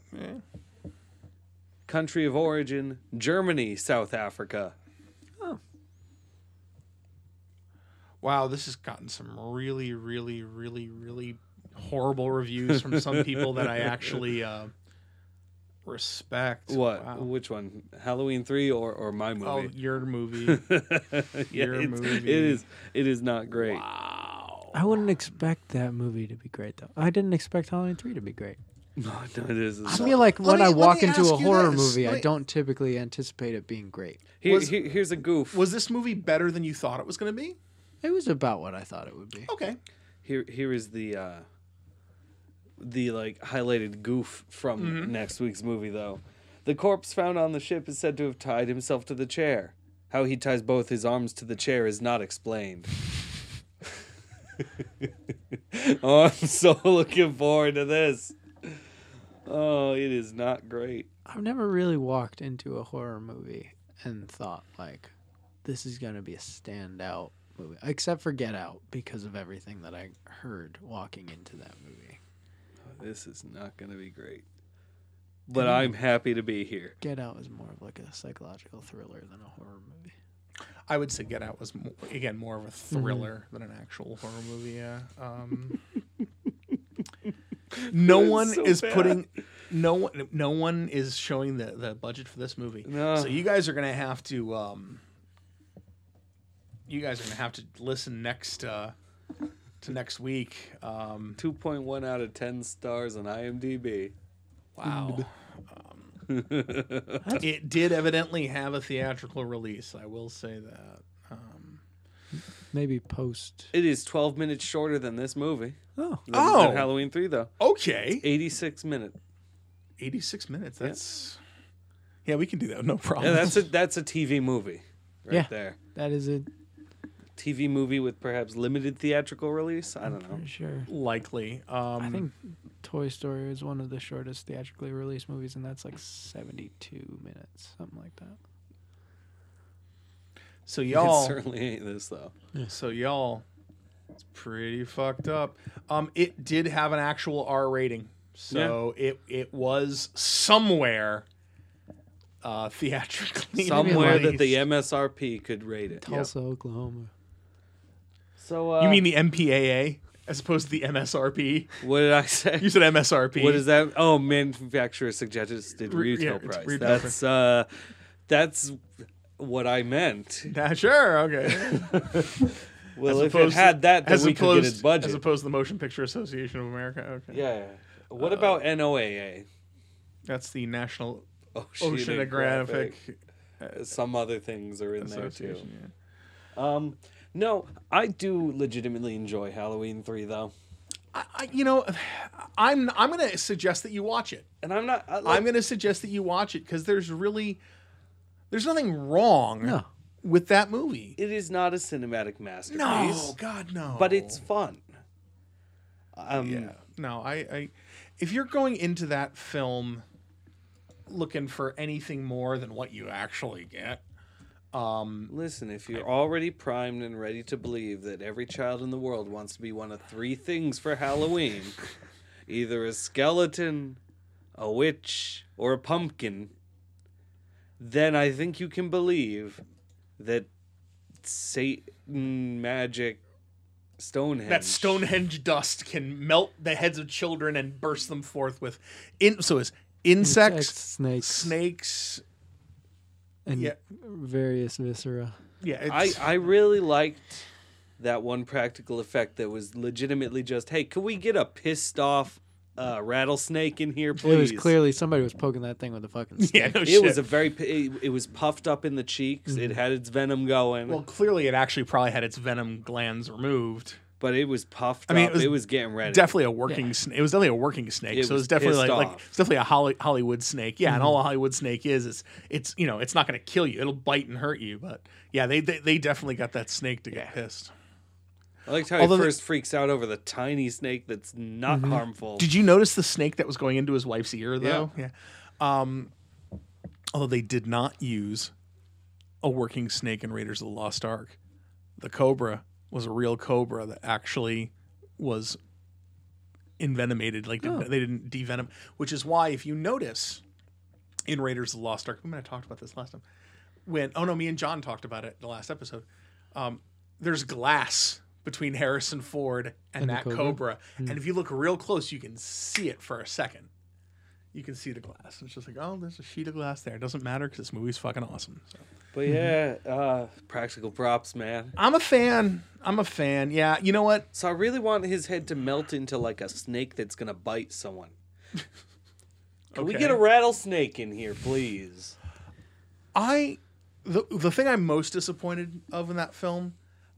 B: Country of origin, Germany, South Africa.
A: wow, this has gotten some really, really, really, really horrible reviews from some people that I actually uh, respect.
B: What?
A: Wow.
B: Which one? Halloween 3 or, or my
A: Oh,
B: movie?
A: your movie.
B: yeah,
A: your
B: it's-
A: movie.
B: It is it is not great.
C: I wouldn't expect that movie to be great though. I didn't expect Halloween three to be great.
B: No, no, it is.
C: I feel like when
A: me-
C: I
A: let
C: walk
A: me
C: into a
A: ask you
C: horror
A: this.
C: movie,
A: Let
C: I
A: me-
C: don't typically anticipate it being great.
B: Here,
A: was-
B: here- here's a goof.
A: Was this movie better than you thought it was going to be?
C: It was about what I thought it would be.
A: Okay.
B: here here is the uh the like highlighted goof from
A: Mm-hmm.
B: next week's movie though the corpse found on the ship is said to have tied himself to the chair how he ties both his arms to the chair is not explained oh i'm so looking forward to this oh it is not great
C: I've never really walked into a horror movie and thought like, this is gonna be a standout movie, except for Get Out because of everything that I heard walking into that movie.
B: this is not gonna be great but i'm happy to be here
C: Get Out is more of like a psychological thriller than a horror movie.
A: I would say Get Out was mo- again more of a thriller
B: Mm-hmm.
A: than an actual horror movie. Yeah. Um, no
B: That's
A: one
B: so
A: is
B: bad.
A: putting no one no one is showing the the budget for this movie.
B: No.
A: So you guys are going to have to um you guys are going to have to listen next uh to next week. Um
B: 2.1 out of 10 stars on imdb
A: wow. Um, it did evidently have a theatrical release. I will say that.
C: Maybe post.
B: It is 12 minutes shorter than this movie.
C: Oh,
B: Than, than
A: Oh.
B: Halloween 3, though.
A: Okay.
B: 86 minutes.
A: 86 minutes. That's yeah, we can do that. No problem.
B: Yeah, that's a that's a TV movie right
C: Yeah.
B: there.
C: that is it.
B: TV movie with perhaps limited theatrical release. I don't know.
C: For sure.
A: likely. Um,
C: I think Toy Story is one of the shortest theatrically released movies, and that's like 72 minutes, something like that.
A: so.
B: It
A: Y'all,
B: certainly ain't this though.
A: so y'all, it's pretty fucked up. Um, it did have an actual R rating, so it it was somewhere uh theatrically
B: Somewhere that the
A: released.
B: MSRP could rate it.
C: Tulsa, Oklahoma.
B: So uh,
A: you mean the MPAA as opposed to the MSRP?
B: what did I say?
A: You said MSRP.
B: What is that? Oh, manufacturer suggested
A: Re- yeah,
B: retail
A: it's
B: price.
A: retail
B: that's uh, that's what I meant.
A: Nah, sure, okay.
B: Well, if it had that, then
A: as
B: we
A: opposed,
B: could get its budget.
A: As opposed to the Motion Picture Association of America. Okay.
B: Yeah. yeah. What about
A: Uh,
B: NOAA?
A: That's the National oh,
B: Oceanographic.
A: Oceanographic
B: Oh, Some other things are in there too.
A: Association. yeah.
B: Um, no, I do legitimately enjoy Halloween three though,
A: I, you know, I'm I'm going to suggest that you watch it.
B: and I'm not. I, like,
A: I'm going to suggest that you watch it because there's really there's nothing wrong
C: No.
A: with that movie.
B: It is not a cinematic masterpiece.
A: No, God no.
B: but it's fun. Um,
A: yeah. No, I, I if you're going into that film looking for anything more than what you actually get,
B: Listen, if you're already primed and ready to believe that every child in the world wants to be one of three things for Halloween either a skeleton, a witch, or a pumpkin then I think you can believe that Satan magic Stonehenge.
A: that Stonehenge dust can melt the heads of children and burst them forth with in so is insects,
C: Insects, snakes.
A: snakes
C: and
A: Yeah.
C: various viscera.
A: Yeah,
B: I,
A: it's,
B: I really liked that one practical effect that was legitimately just, hey, can we get a pissed off uh, rattlesnake in here, please?
C: It was clearly somebody was poking that thing with a fucking stick.
A: yeah, no
B: It
A: shit. Mm-hmm.
B: was a very. p- It, it was puffed up in the cheeks. It had its venom going,
A: well, clearly it actually probably had its venom glands removed.
B: but it was puffed
A: mean,
B: up.
A: it was
B: getting ready.
A: Definitely a working. sna- It was definitely a working snake.
B: It
A: so it
B: was
A: was definitely like,
B: pissed
A: like
B: off. Mm-hmm.
A: it's definitely a Holly, Hollywood snake. Yeah, and all a Hollywood snake is is it's you know it's not going to kill you. It'll bite and hurt you. But yeah, they they, they definitely got that snake to get pissed.
B: I liked how
A: Although
B: he
A: the- Mm-hmm.
B: first freaks out over the tiny snake that's not harmful.
A: Did you notice the snake that was going into his wife's ear though? Yeah. Um, although they did not use a working snake in Raiders of the Lost Ark, the cobra was a real cobra that actually was envenomated. Like they didn't devenom, which is why if you notice in Raiders of the Lost Ark, we might have talked about this last time. When oh no, me and John talked about it the last episode. Um, there's glass between Harrison Ford and,
C: And the
A: that cobra, Hmm.
C: cobra?
A: and if you look real close, you can see it for a second. You can see the glass. It's just like, oh, there's a sheet of glass there. It doesn't matter because this movie's fucking awesome. So.
B: But yeah, uh, practical props, man.
A: I'm a fan. I'm a fan. Yeah, you know what?
B: So I really want his head to melt into like a snake that's gonna bite someone. Can we get
A: Okay.
B: a rattlesnake in here, please?
A: I the the thing I'm most disappointed of in that film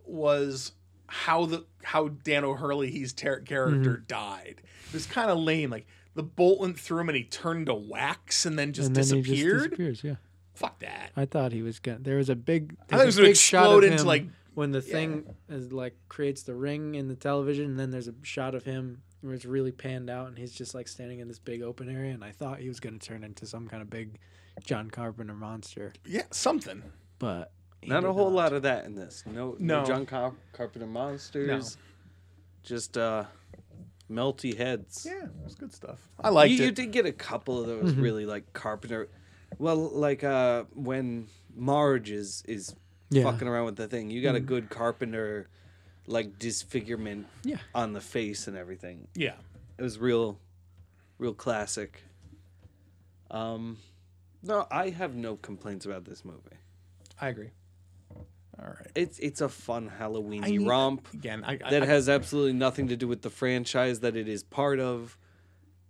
A: was how the how Dan O'Hurley he's ter- character died. It was kind of lame. Like the bolt went through him and he turned to wax and then just
C: and then he
A: disappeared.
C: just disappears. Yeah,
A: Fuck that.
C: I thought he was gonna. There was a big.
A: I
C: there's
A: thought it
C: a big
A: was
C: shot
A: gonna explode
C: of
A: into,
C: him
A: like-
C: when the thing is like creates the ring in the television, and then there's a shot of him where it's really panned out, and he's just like standing in this big open area, and I thought he was gonna turn into some kind of big John Carpenter monster,
A: Yeah, something.
C: but he
B: Not a
C: did
B: whole
C: not.
B: lot of that in this. No, no,
A: No.
B: John Car- Carpenter monsters. Just uh, melty heads.
A: Yeah, it was good stuff. I liked
B: you, you
A: it. Mm-hmm.
B: did get a couple of those really like Carpenter. Well, like uh, when Marge is is
C: Yeah.
B: fucking around with the thing, you got
A: Mm-hmm.
B: a good Carpenter like disfigurement
C: Yeah.
B: on the face and everything.
A: Yeah.
B: It was real, real classic. Um, no, I have no complaints about this movie.
A: I agree. All right.
B: It's it's a fun
A: I need-
B: Halloweeny romp
A: Again, I, I,
B: that
A: I-
B: has absolutely nothing to do with the franchise that it is part of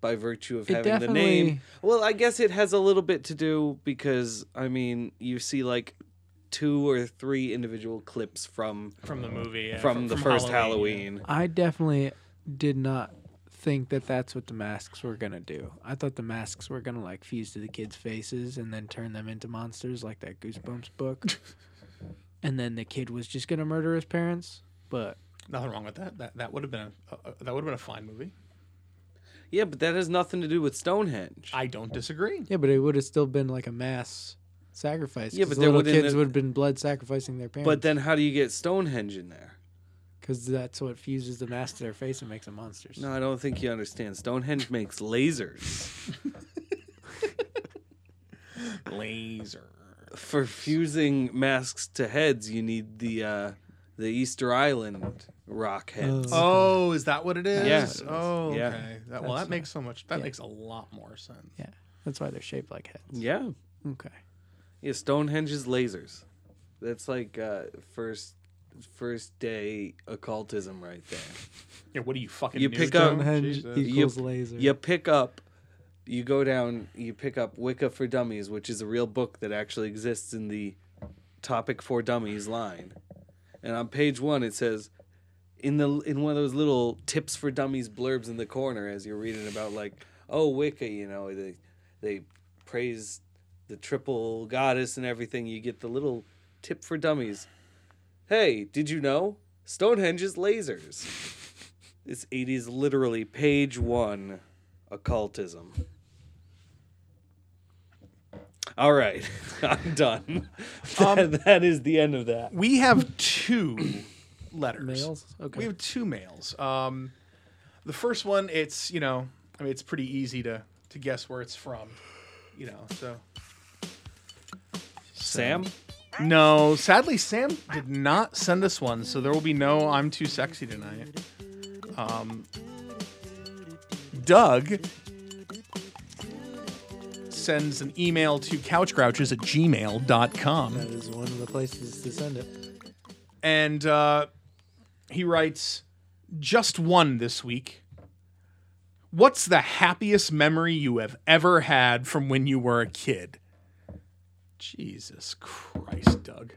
B: by virtue of
C: It
B: having the
C: definitely-
B: name. Well, I guess it has a little bit to do because I mean, you see like two or three individual clips from
A: from the movie yeah,
B: from, the first Halloween.
C: I definitely did not think that that's what the masks were gonna do. I thought the masks were gonna like fuse to the kids' faces and then turn them into monsters, like that Goosebumps book. and then the kid was just gonna murder his parents, but
A: Nothing wrong with that. That that would have been a, a that would have been a fine movie.
B: Yeah, but that has nothing to do with Stonehenge.
A: I don't disagree.
C: yeah, but it would have still been like a mass sacrifice.
B: Yeah,
C: 'cause
B: but
C: the
B: there
C: little
B: wouldn't
C: kids
B: have-
C: would have been blood sacrificing their parents.
B: but then how do you get Stonehenge in there?
C: because that's what fuses the mask to their face and makes them monsters.
B: No, I don't think you understand. Stonehenge makes lasers
A: Laser.
B: for fusing masks to heads. You need the uh, the Easter Island rock heads.
A: Oh, is that what it is?
B: Yeah. That's what it is.
A: Oh,
B: Yeah.
A: okay. That, well,
C: That's
A: that makes so much. That
C: yeah.
A: makes a lot more sense.
C: Yeah, that's why they're shaped like heads.
B: Yeah.
C: Okay.
B: Yeah, Stonehenge is lasers. That's like uh, first first day occultism right there.
A: Yeah. What do you fucking?
B: You
A: do,
B: pick
A: Joe?
B: up-
C: Stonehenge
A: Oh, Jesus.
C: equals laser.
B: You pick up you go down, you pick up Wicca for Dummies, which is a real book that actually exists in the topic for dummies line. And on page 1 it says in the in one of those little tips for dummies blurbs in the corner as you're reading about like oh Wicca, you know, they they praise the triple goddess and everything, you get the little tip for dummies. Hey, did you know Stonehenge is lasers? It's 80s literally page 1 occultism. All right, I'm done.
A: Um,
B: that is the end of that.
A: We have two letters.
C: Males? Okay.
A: We have two males. Um, the first one, it's you know, I mean, it's pretty easy to to guess where it's from, you know. So
B: Sam,
A: no, sadly, Sam did not send us one, so there will be no "I'm too sexy tonight." Um, Doug sends an email to couchgrouches at gmail.com.
C: That is one of the places to send it.
A: And uh, he writes, just one this week. What's the happiest memory you have ever had from when you were a kid? Jesus Christ, Doug.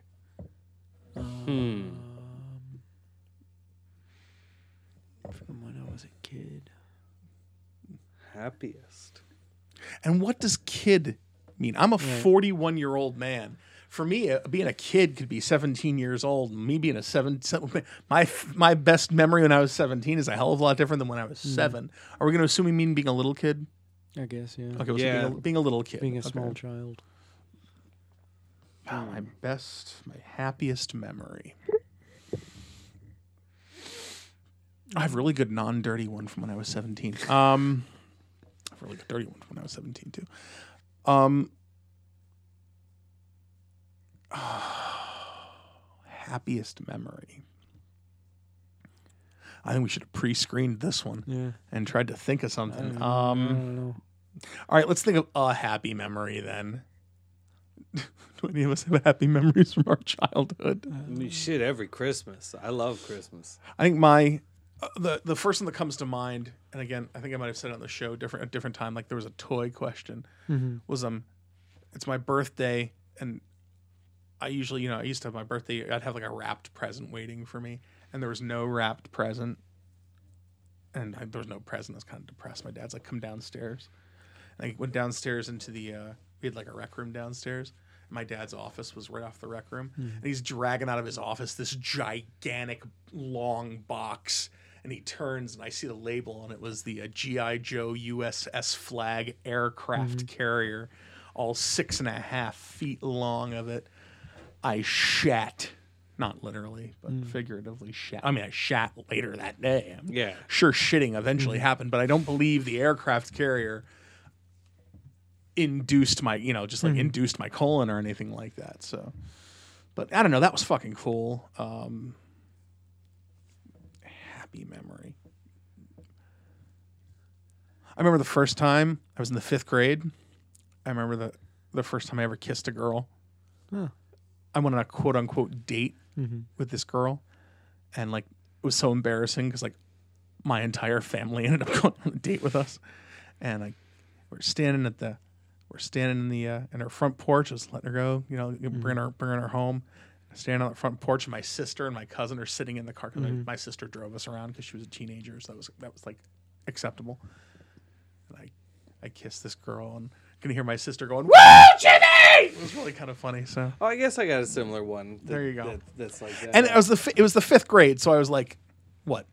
C: From when I was a kid.
B: Happiest.
A: And what does kid mean? I'm a 41 year old man. For me, uh, being a kid could be 17 years old. Me being a seven, seven- my my best memory when I was 17 is a hell of a lot different than when I was
C: Mm.
A: seven. Are we going to assume we mean being a little kid?
C: I guess, yeah.
A: Okay, we'll
B: Yeah.
A: being, a, being a little kid,
C: Being a
A: Okay.
C: small child.
A: Wow, my
C: Hmm.
A: best, my happiest memory. I have a really good non-dirty one from when I was 17. Um, I have a really good dirty one from when I was 17 too. Um, happiest memory. I think we should have pre-screened this one
C: Yeah.
A: and tried to think of something.
C: I
A: Um,
C: don't know.
A: all right, let's think of a happy memory then. Do any of us have happy memories from our childhood?
B: I mean, shit, every Christmas. I love Christmas.
A: I think my uh, the the first one that comes to mind, and again, I think I might have said it on the show different at different time. Like there was a toy question. Was um, it's my birthday, and I usually you know I used to have my birthday. I'd have like a wrapped present waiting for me, and there was no wrapped present, and I, there was no present. I was kind of depressed. My dad's like, "Come downstairs." And I went downstairs into the uh, we had like a rec room downstairs. My dad's office was right off the rec room, and he's dragging out of his office this gigantic long box. And he turns, and I see the label, and it was the uh, GI Joe USS flag aircraft carrier, all six and a half feet long of it. I shat, not literally, but figuratively shat. I mean, I shat later that day. I'm
B: Yeah.
A: sure shitting eventually happened, but I don't believe the aircraft carrier induced my, you know, just like induced my colon or anything like that. So, but I don't know. That was fucking cool. Um, happy memory. I remember the first time I was in the fifth grade. I remember the the first time I ever kissed a girl. I went on a quote unquote date with this girl, and like it was so embarrassing because like my entire family ended up going on a date with us, and like we're standing at the we're standing in the uh, in her front porch, just letting her go, you know, bringing her bringing her home. Standing on the front porch, and my sister and my cousin are sitting in the car. 'cause my- My sister drove us around because she was a teenager, so that was that was like acceptable. And I, I kissed this girl, and I can hear my sister going, "Woo, Jimmy!" It was really kind of funny. So
B: Oh, I guess I got a similar one. that-
A: There you go.
B: that- that's like that.
A: and it was the fi- it was the fifth grade, so I was like, what,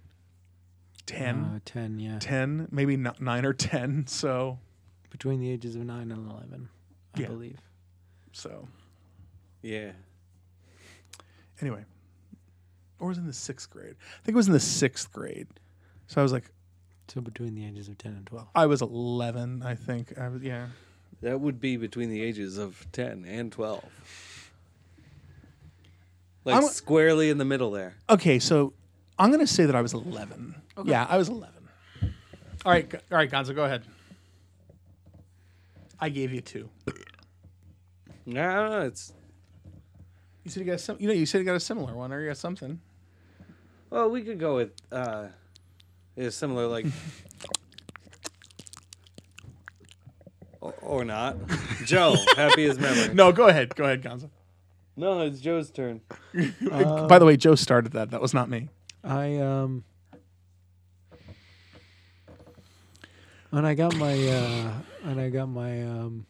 A: 10,
C: Uh, 10, yeah.
A: 10, maybe n- nine or ten. So
C: Between the ages of 9 and 11, I
A: Yeah.
C: believe.
A: so
B: yeah.
A: anyway, or was it in the sixth grade. I think it was in the sixth grade. So I was like,
C: So between the ages of 10 and 12.
A: I was eleven, I think. I was yeah.
B: That would be between the ages of 10 and 12. Like
A: I'm-
B: squarely in the middle there.
A: Okay, so I'm gonna say that I was eleven. Yeah, I was eleven. All right, go- all right, Gonzo, go ahead. I gave you two.
B: No, no, it's
A: You said you got a sim- you know you said you got a similar one or you got something.
B: well, we could go with uh yeah, similar like or, or not. Joe, happy as memory.
A: No, go ahead, go ahead, Gonzo.
B: No, it's Joe's turn.
A: Uh, By the way, Joe started that. That was not me.
C: I um when I got my uh when I got my um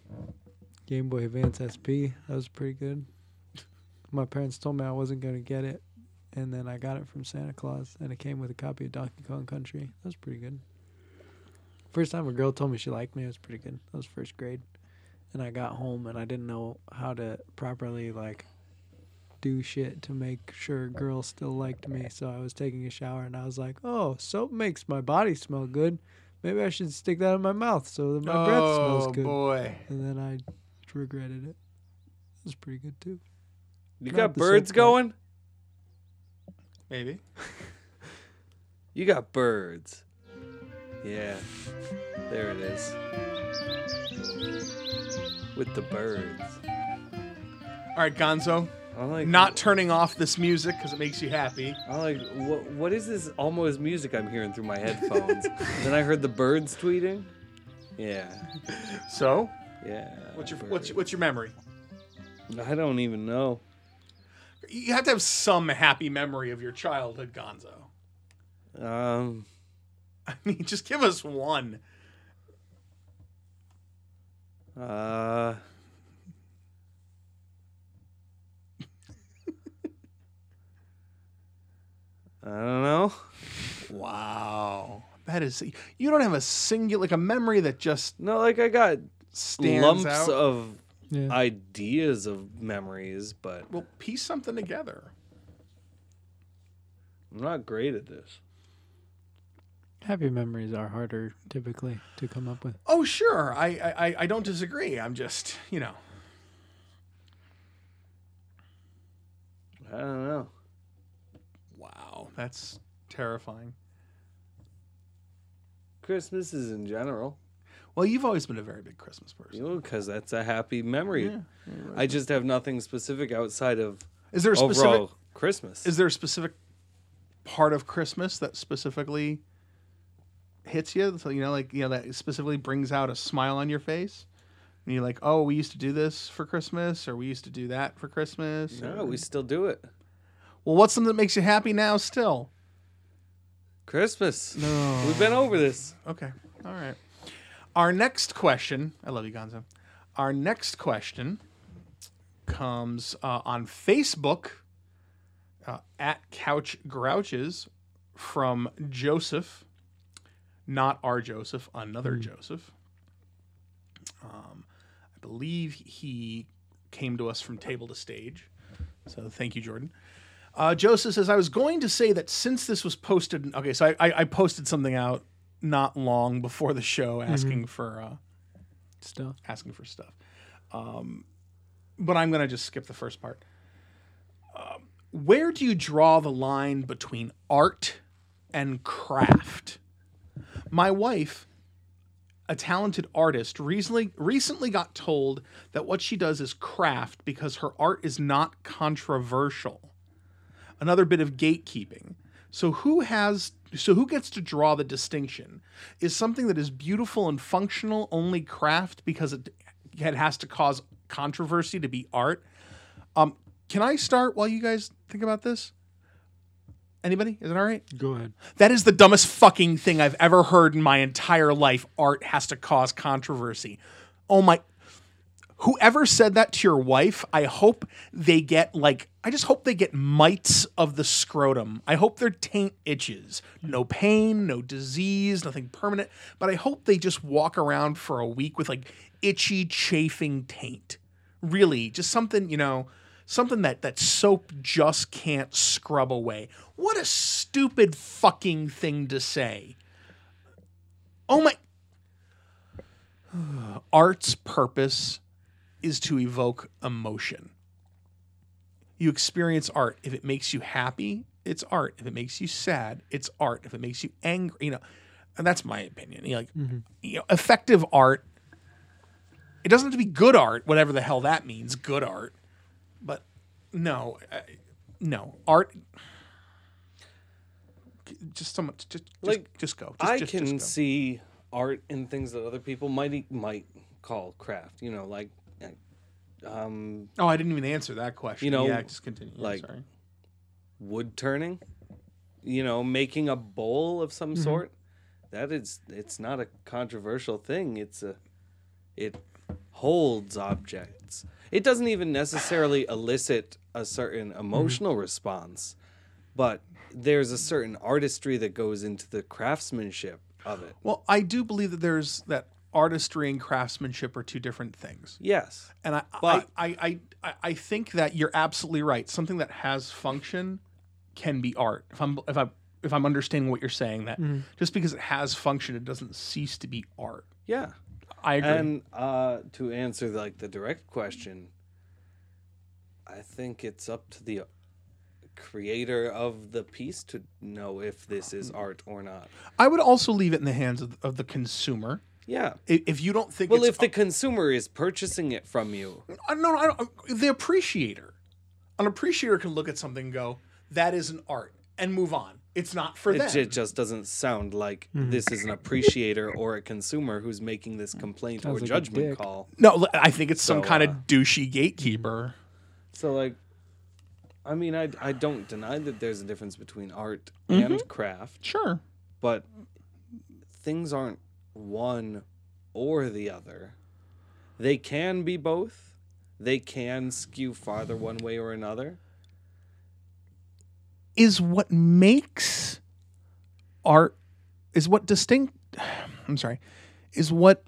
C: Game Boy Advance SP, that was pretty good. My parents told me I wasn't gonna get it, and then I got it from Santa Claus, and it came with a copy of Donkey Kong Country. That was pretty good. First time a girl told me she liked me, it was pretty good. That was first grade, and I got home and I didn't know how to properly like do shit to make sure girls still liked me. So I was taking a shower and I was like, oh, soap makes my body smell good. Maybe I should stick that in my mouth so that my breath smells good.
A: Oh, boy.
C: And then I regretted it. It was pretty good too.
B: You
C: Not
B: got
C: the same
B: birds
C: thing.
B: going?
A: Maybe.
B: You got birds. Yeah. There it is. with the birds.
A: All right, Gonzo.
B: I like
A: Not turning off this music because it makes you happy.
B: I like what what is this almost music I'm hearing through my headphones? then I heard the birds tweeting. Yeah,
A: So,
B: yeah.
A: what's your
B: birds.
A: what's your, what's your memory?
B: I don't even know.
A: You have to have some happy memory of your childhood, Gonzo.
B: Um,
A: I mean, just give us one.
B: uh, I don't know.
A: Wow, that is you don't have a single like a memory that just
B: No, like I got
A: stands
B: lumps
A: out.
B: of
C: Yeah.
B: ideas of memories, but
A: well, piece something together.
B: I'm not great at this.
C: Happy memories are harder typically to come up with.
A: Oh, sure. I I, I- I don't disagree. I'm just you know.
B: I don't know.
A: Wow, that's terrifying.
B: Christmas is in general,
A: Well, you've always been a very big Christmas person.
B: you know, because that's a happy memory.
A: Yeah,
B: I just have nothing specific outside of
A: Is there a
B: overall
A: specific?
B: Christmas.
A: Is there a specific part of Christmas that specifically hits you? So you know, like you know, that specifically brings out a smile on your face. And you're like, oh, we used to do this for Christmas, or we used to do that for Christmas.
B: no,
A: or-
B: we still do it.
A: Well, what's something that makes you happy now? Still,
B: Christmas.
C: No.
B: We've been over this.
A: okay, all right. Our next question. I love you, Gonzo. Our next question comes uh, on Facebook uh, at Couch Grouches from Joseph, not our Joseph, another Joseph. Um, I believe he came to us from table to stage. So thank you, Jordan. Uh, Joseph says, I was going to say that since this was posted, okay, so I, I, I posted something out not long before the show asking for uh,
C: Still.
A: asking for stuff. Um, but I'm going to just skip the first part. Um, where do you draw the line between art and craft? My wife, a talented artist, recently recently got told that what she does is craft because her art is not controversial. Another bit of gatekeeping. So who has so who gets to draw the distinction? Is something that is beautiful and functional only craft because it, it has to cause controversy to be art? Um, can I start while you guys think about this? Anybody? Is it all right?
C: Go ahead.
A: That is the dumbest fucking thing I've ever heard in my entire life. Art has to cause controversy. Oh my. Whoever said that to your wife, I hope they get like, I just hope they get mites of the scrotum. I hope their taint itches. No pain, no disease, nothing permanent, but I hope they just walk around for a week with like itchy, chafing taint. Really, just something, you know, something that that soap just can't scrub away. What a stupid fucking thing to say. Oh my Art's purpose is to evoke emotion. You experience art if it makes you happy, it's art. If it makes you sad, it's art. If it makes you angry, you know, and that's my opinion. You know, like you know, effective art it doesn't have to be good art, whatever the hell that means, good art but no, I, no art. Just so much. Just, just-
B: Like,
A: just go. Just,
B: I
A: just-
B: can
A: just go.
B: see art in things that other people might e, might call craft. You know, like um,
A: Oh, I didn't even answer that question.
B: You know,
A: yeah, just continue. Yeah,
B: like-
A: sorry.
B: wood turning. You know, making a bowl of
A: Mm-hmm.
B: some sort. That is, it's not a controversial thing. It's a, it holds objects. It doesn't even necessarily elicit a certain
A: Mm-hmm.
B: emotional response, but there's a certain artistry that goes into the craftsmanship of it.
A: Well, I do believe that there's that artistry and craftsmanship are two different things,
B: Yes.
A: and I,
B: But-
A: I, I, I, I, I think that you're absolutely right. Something that has function can be art. If I'm, if I, if I'm understanding what you're saying, that just because it has function, it doesn't cease to be art.
B: Yeah.
A: I agree.
B: And uh, to answer like the direct question, I think it's up to the creator of the piece
C: Mm.
B: to know if this is art or not.
A: I would also leave it in the hands of, of the consumer.
B: Yeah.
A: I- If you don't think
B: Well,
A: it's
B: if the consumer is purchasing it from you,
A: I no, no, I don't. uh, The appreciator, an appreciator can look at something and go, "That is an art," and move on. It's not for
B: it
A: them.
B: ju- just doesn't sound like
C: Mm-hmm.
B: this is an appreciator or a consumer who's making this complaint
C: Sounds
B: or
C: like a dick.
B: judgment call.
A: no, l- I think it's some
B: So,
A: kind
B: uh,
A: of douchey gatekeeper.
B: So like, I mean, I I don't deny that there's a difference between art and craft,
A: Sure.
B: but things aren't one or the other. They can be both. They can skew farther one way or another.
A: Is what makes art is what distinct. I'm sorry. Is what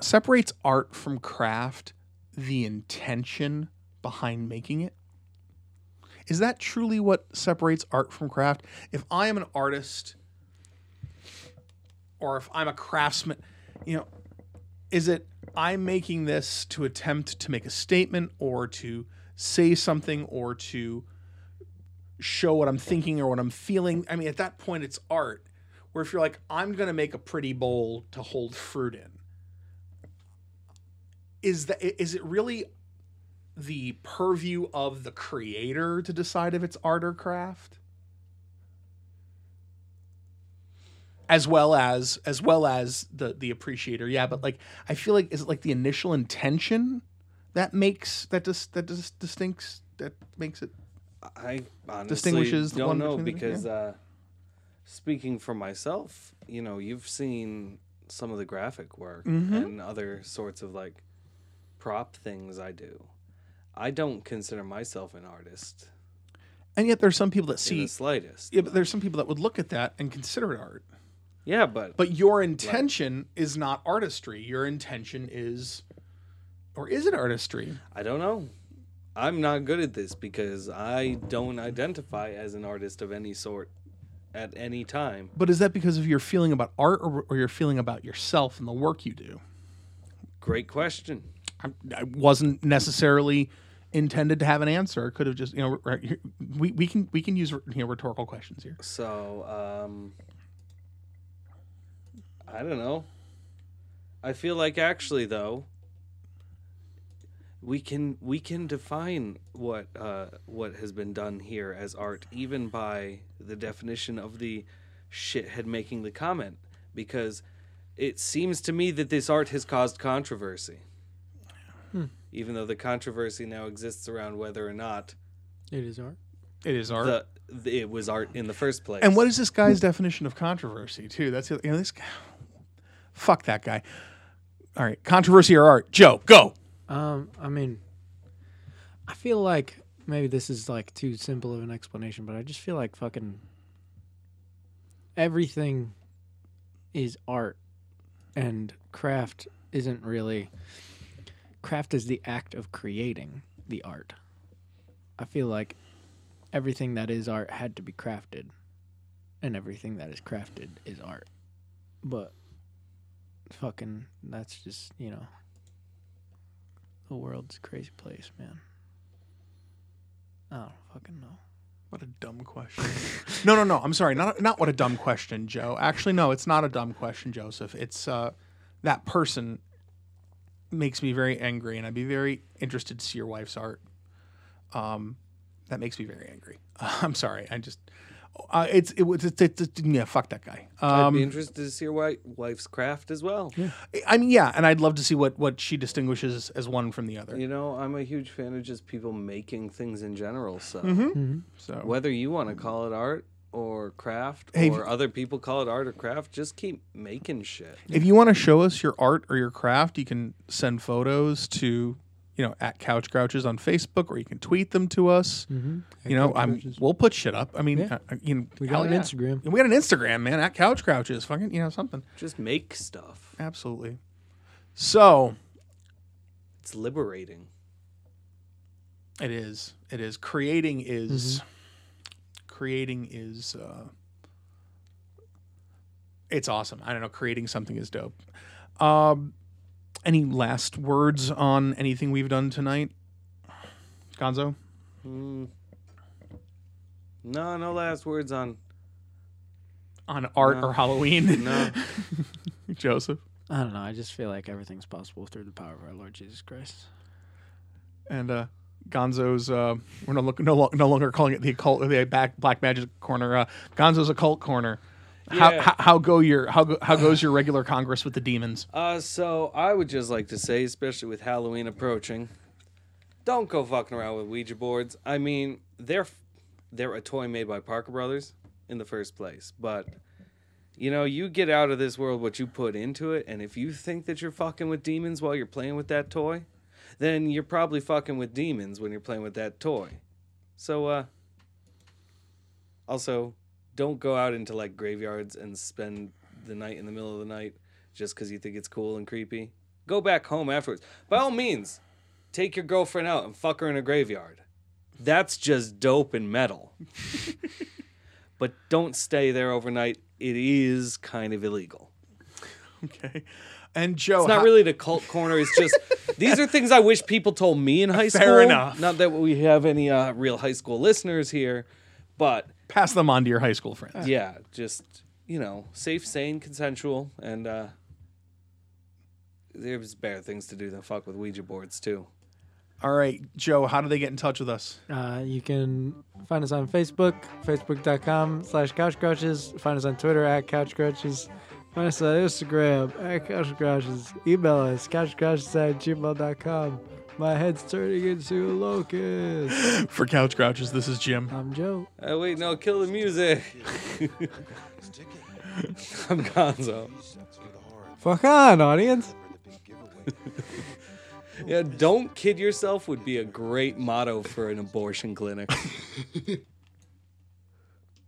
A: separates art from craft the intention behind making it? Is that truly what separates art from craft? If I am an artist or if I'm a craftsman, you know, is it I'm making this to attempt to make a statement or to say something or to show what I'm thinking or what I'm feeling? I mean, at that point, it's art. Where if you're like, I'm going to make a pretty bowl to hold fruit in, is that is it really the purview of the creator to decide if it's art or craft as well as as well as the the appreciator yeah but like i feel like is it like the initial intention that makes that just that just distincts that makes it
B: I honestly
A: Distinguishes the
B: don't
A: one
B: know
A: between the-
B: because uh, speaking for myself, you know, you've seen some of the graphic work
A: Mm-hmm.
B: and other sorts of like prop things I do. I don't consider myself an artist
A: and yet there's some people that
B: in
A: see
B: the slightest.
A: yeah but there's some people that would look at that and consider it art
B: Yeah, but,
A: But your intention is not artistry. Your intention is, or is it artistry?
B: I don't know. I'm not good at this because I don't identify as an artist of any sort at any time.
A: But is that because of your feeling about art or, or your feeling about yourself and the work you do?
B: Great question.
A: I, I wasn't necessarily intended to have an answer. I could have just, you know, right here- we, we can we can use you know, rhetorical questions here.
B: So, um, I don't know. I feel like actually though, we can we can define what uh, what has been done here as art, even by the definition of the shithead making the comment, because it seems to me that this art has caused controversy. Even though the controversy now exists around whether or not
C: It is art.
A: It is art.
B: the, the, it was art in the first place.
A: And what is this guy's definition of controversy too? That's the other- you know this guy. Fuck that guy. All right, controversy or art? Joe, go.
C: Um, I mean, I feel like maybe this is like too simple of an explanation, but I just feel like fucking everything is art, and craft isn't really. Craft is the act of creating the art. I feel like everything that is art had to be crafted, and everything that is crafted is art. But fucking, that's just, you know, the world's a crazy place, man. I don't fucking know.
A: What a dumb question. no, no, no. I'm sorry. Not not what a dumb question, Joe. Actually, no, it's not a dumb question, Joseph. It's uh, that person makes me very angry, and I'd be very interested to see your wife's art. Um, that makes me very angry. I'm sorry. I just. Uh, it's it was it's, it's, it's- yeah fuck that guy.
B: I'd
A: Um,
B: be interested to see your wi- wife's craft as well.
A: I mean yeah, and I'd love to see what what she distinguishes as one from the other.
B: You know, I'm a huge fan of just people making things in general. So
A: Mm-hmm. So
B: whether you want to call it art or craft,
A: Hey,
B: or other people call it art or craft, just keep making shit.
A: If you want to show us your art or your craft, you can send photos to, you know, at Couch Grouches on Facebook, or you can tweet them to us.
C: Mm-hmm.
A: You know, I'm we'll put shit up. I mean,
C: Yeah.
A: uh, you know,
C: We got
A: hell
C: an
A: yeah.
C: Instagram.
A: We got an Instagram, man. At Couch Grouches, fucking, you know, something.
B: Just make stuff.
A: Absolutely. So
B: It's liberating.
A: it is. It is. Creating is.
B: Mm-hmm.
A: Creating is. Uh, it's awesome. I don't know. Creating something is dope. Um, any last words on anything we've done tonight, Gonzo?
B: No, no last words on
A: On art
B: No.
A: or Halloween,
B: no.
A: Joseph?
C: I don't know. I just feel like everything's possible through the power of our Lord Jesus Christ.
A: and uh, Gonzo's. Uh, we're no, look, no, lo- no longer calling it the occult, the back, black magic corner. Uh, Gonzo's occult corner. How,
B: Yeah.
A: how, how go your how go, how goes your regular Congress with the demons?
B: Uh, so I would just like to say, especially with Halloween approaching, don't go fucking around with Ouija boards. I mean, they're they're a toy made by Parker Brothers in the first place, but you know, you get out of this world what you put into it, and if you think that you're fucking with demons while you're playing with that toy, then you're probably fucking with demons when you're playing with that toy. So, uh, also, don't go out into like graveyards and spend the night in the middle of the night just because you think it's cool and creepy. Go back home afterwards. By all means, take your girlfriend out and fuck her in a graveyard. That's just dope and metal. but don't stay there overnight. It is kind of illegal.
A: Okay, and Joe.
B: It's not
A: Oh, how-
B: really the cult corner. It's just these are things I wish people told me in high school.
A: enough.
B: Not that we have any uh, real high school listeners here, but
A: pass them on to your high school friends.
B: yeah, just you know, safe, sane, consensual, and uh there's better things to do than fuck with Ouija boards too.
A: All right, Joe. How do they get in touch with us?
C: Uh, you can find us on Facebook, facebook.com slash couchcrouches. Find us on Twitter at couchcrouches. Find us on Instagram at couchcrouches. Email us couchcrouches at gmail.com. My head's turning into a locust.
A: For Couch Grouches, this is Jim.
C: I'm Joe.
B: Uh, wait, no, kill the music. I'm Gonzo.
C: Fuck on, audience.
B: Yeah, don't kid yourself would be a great motto for an abortion clinic.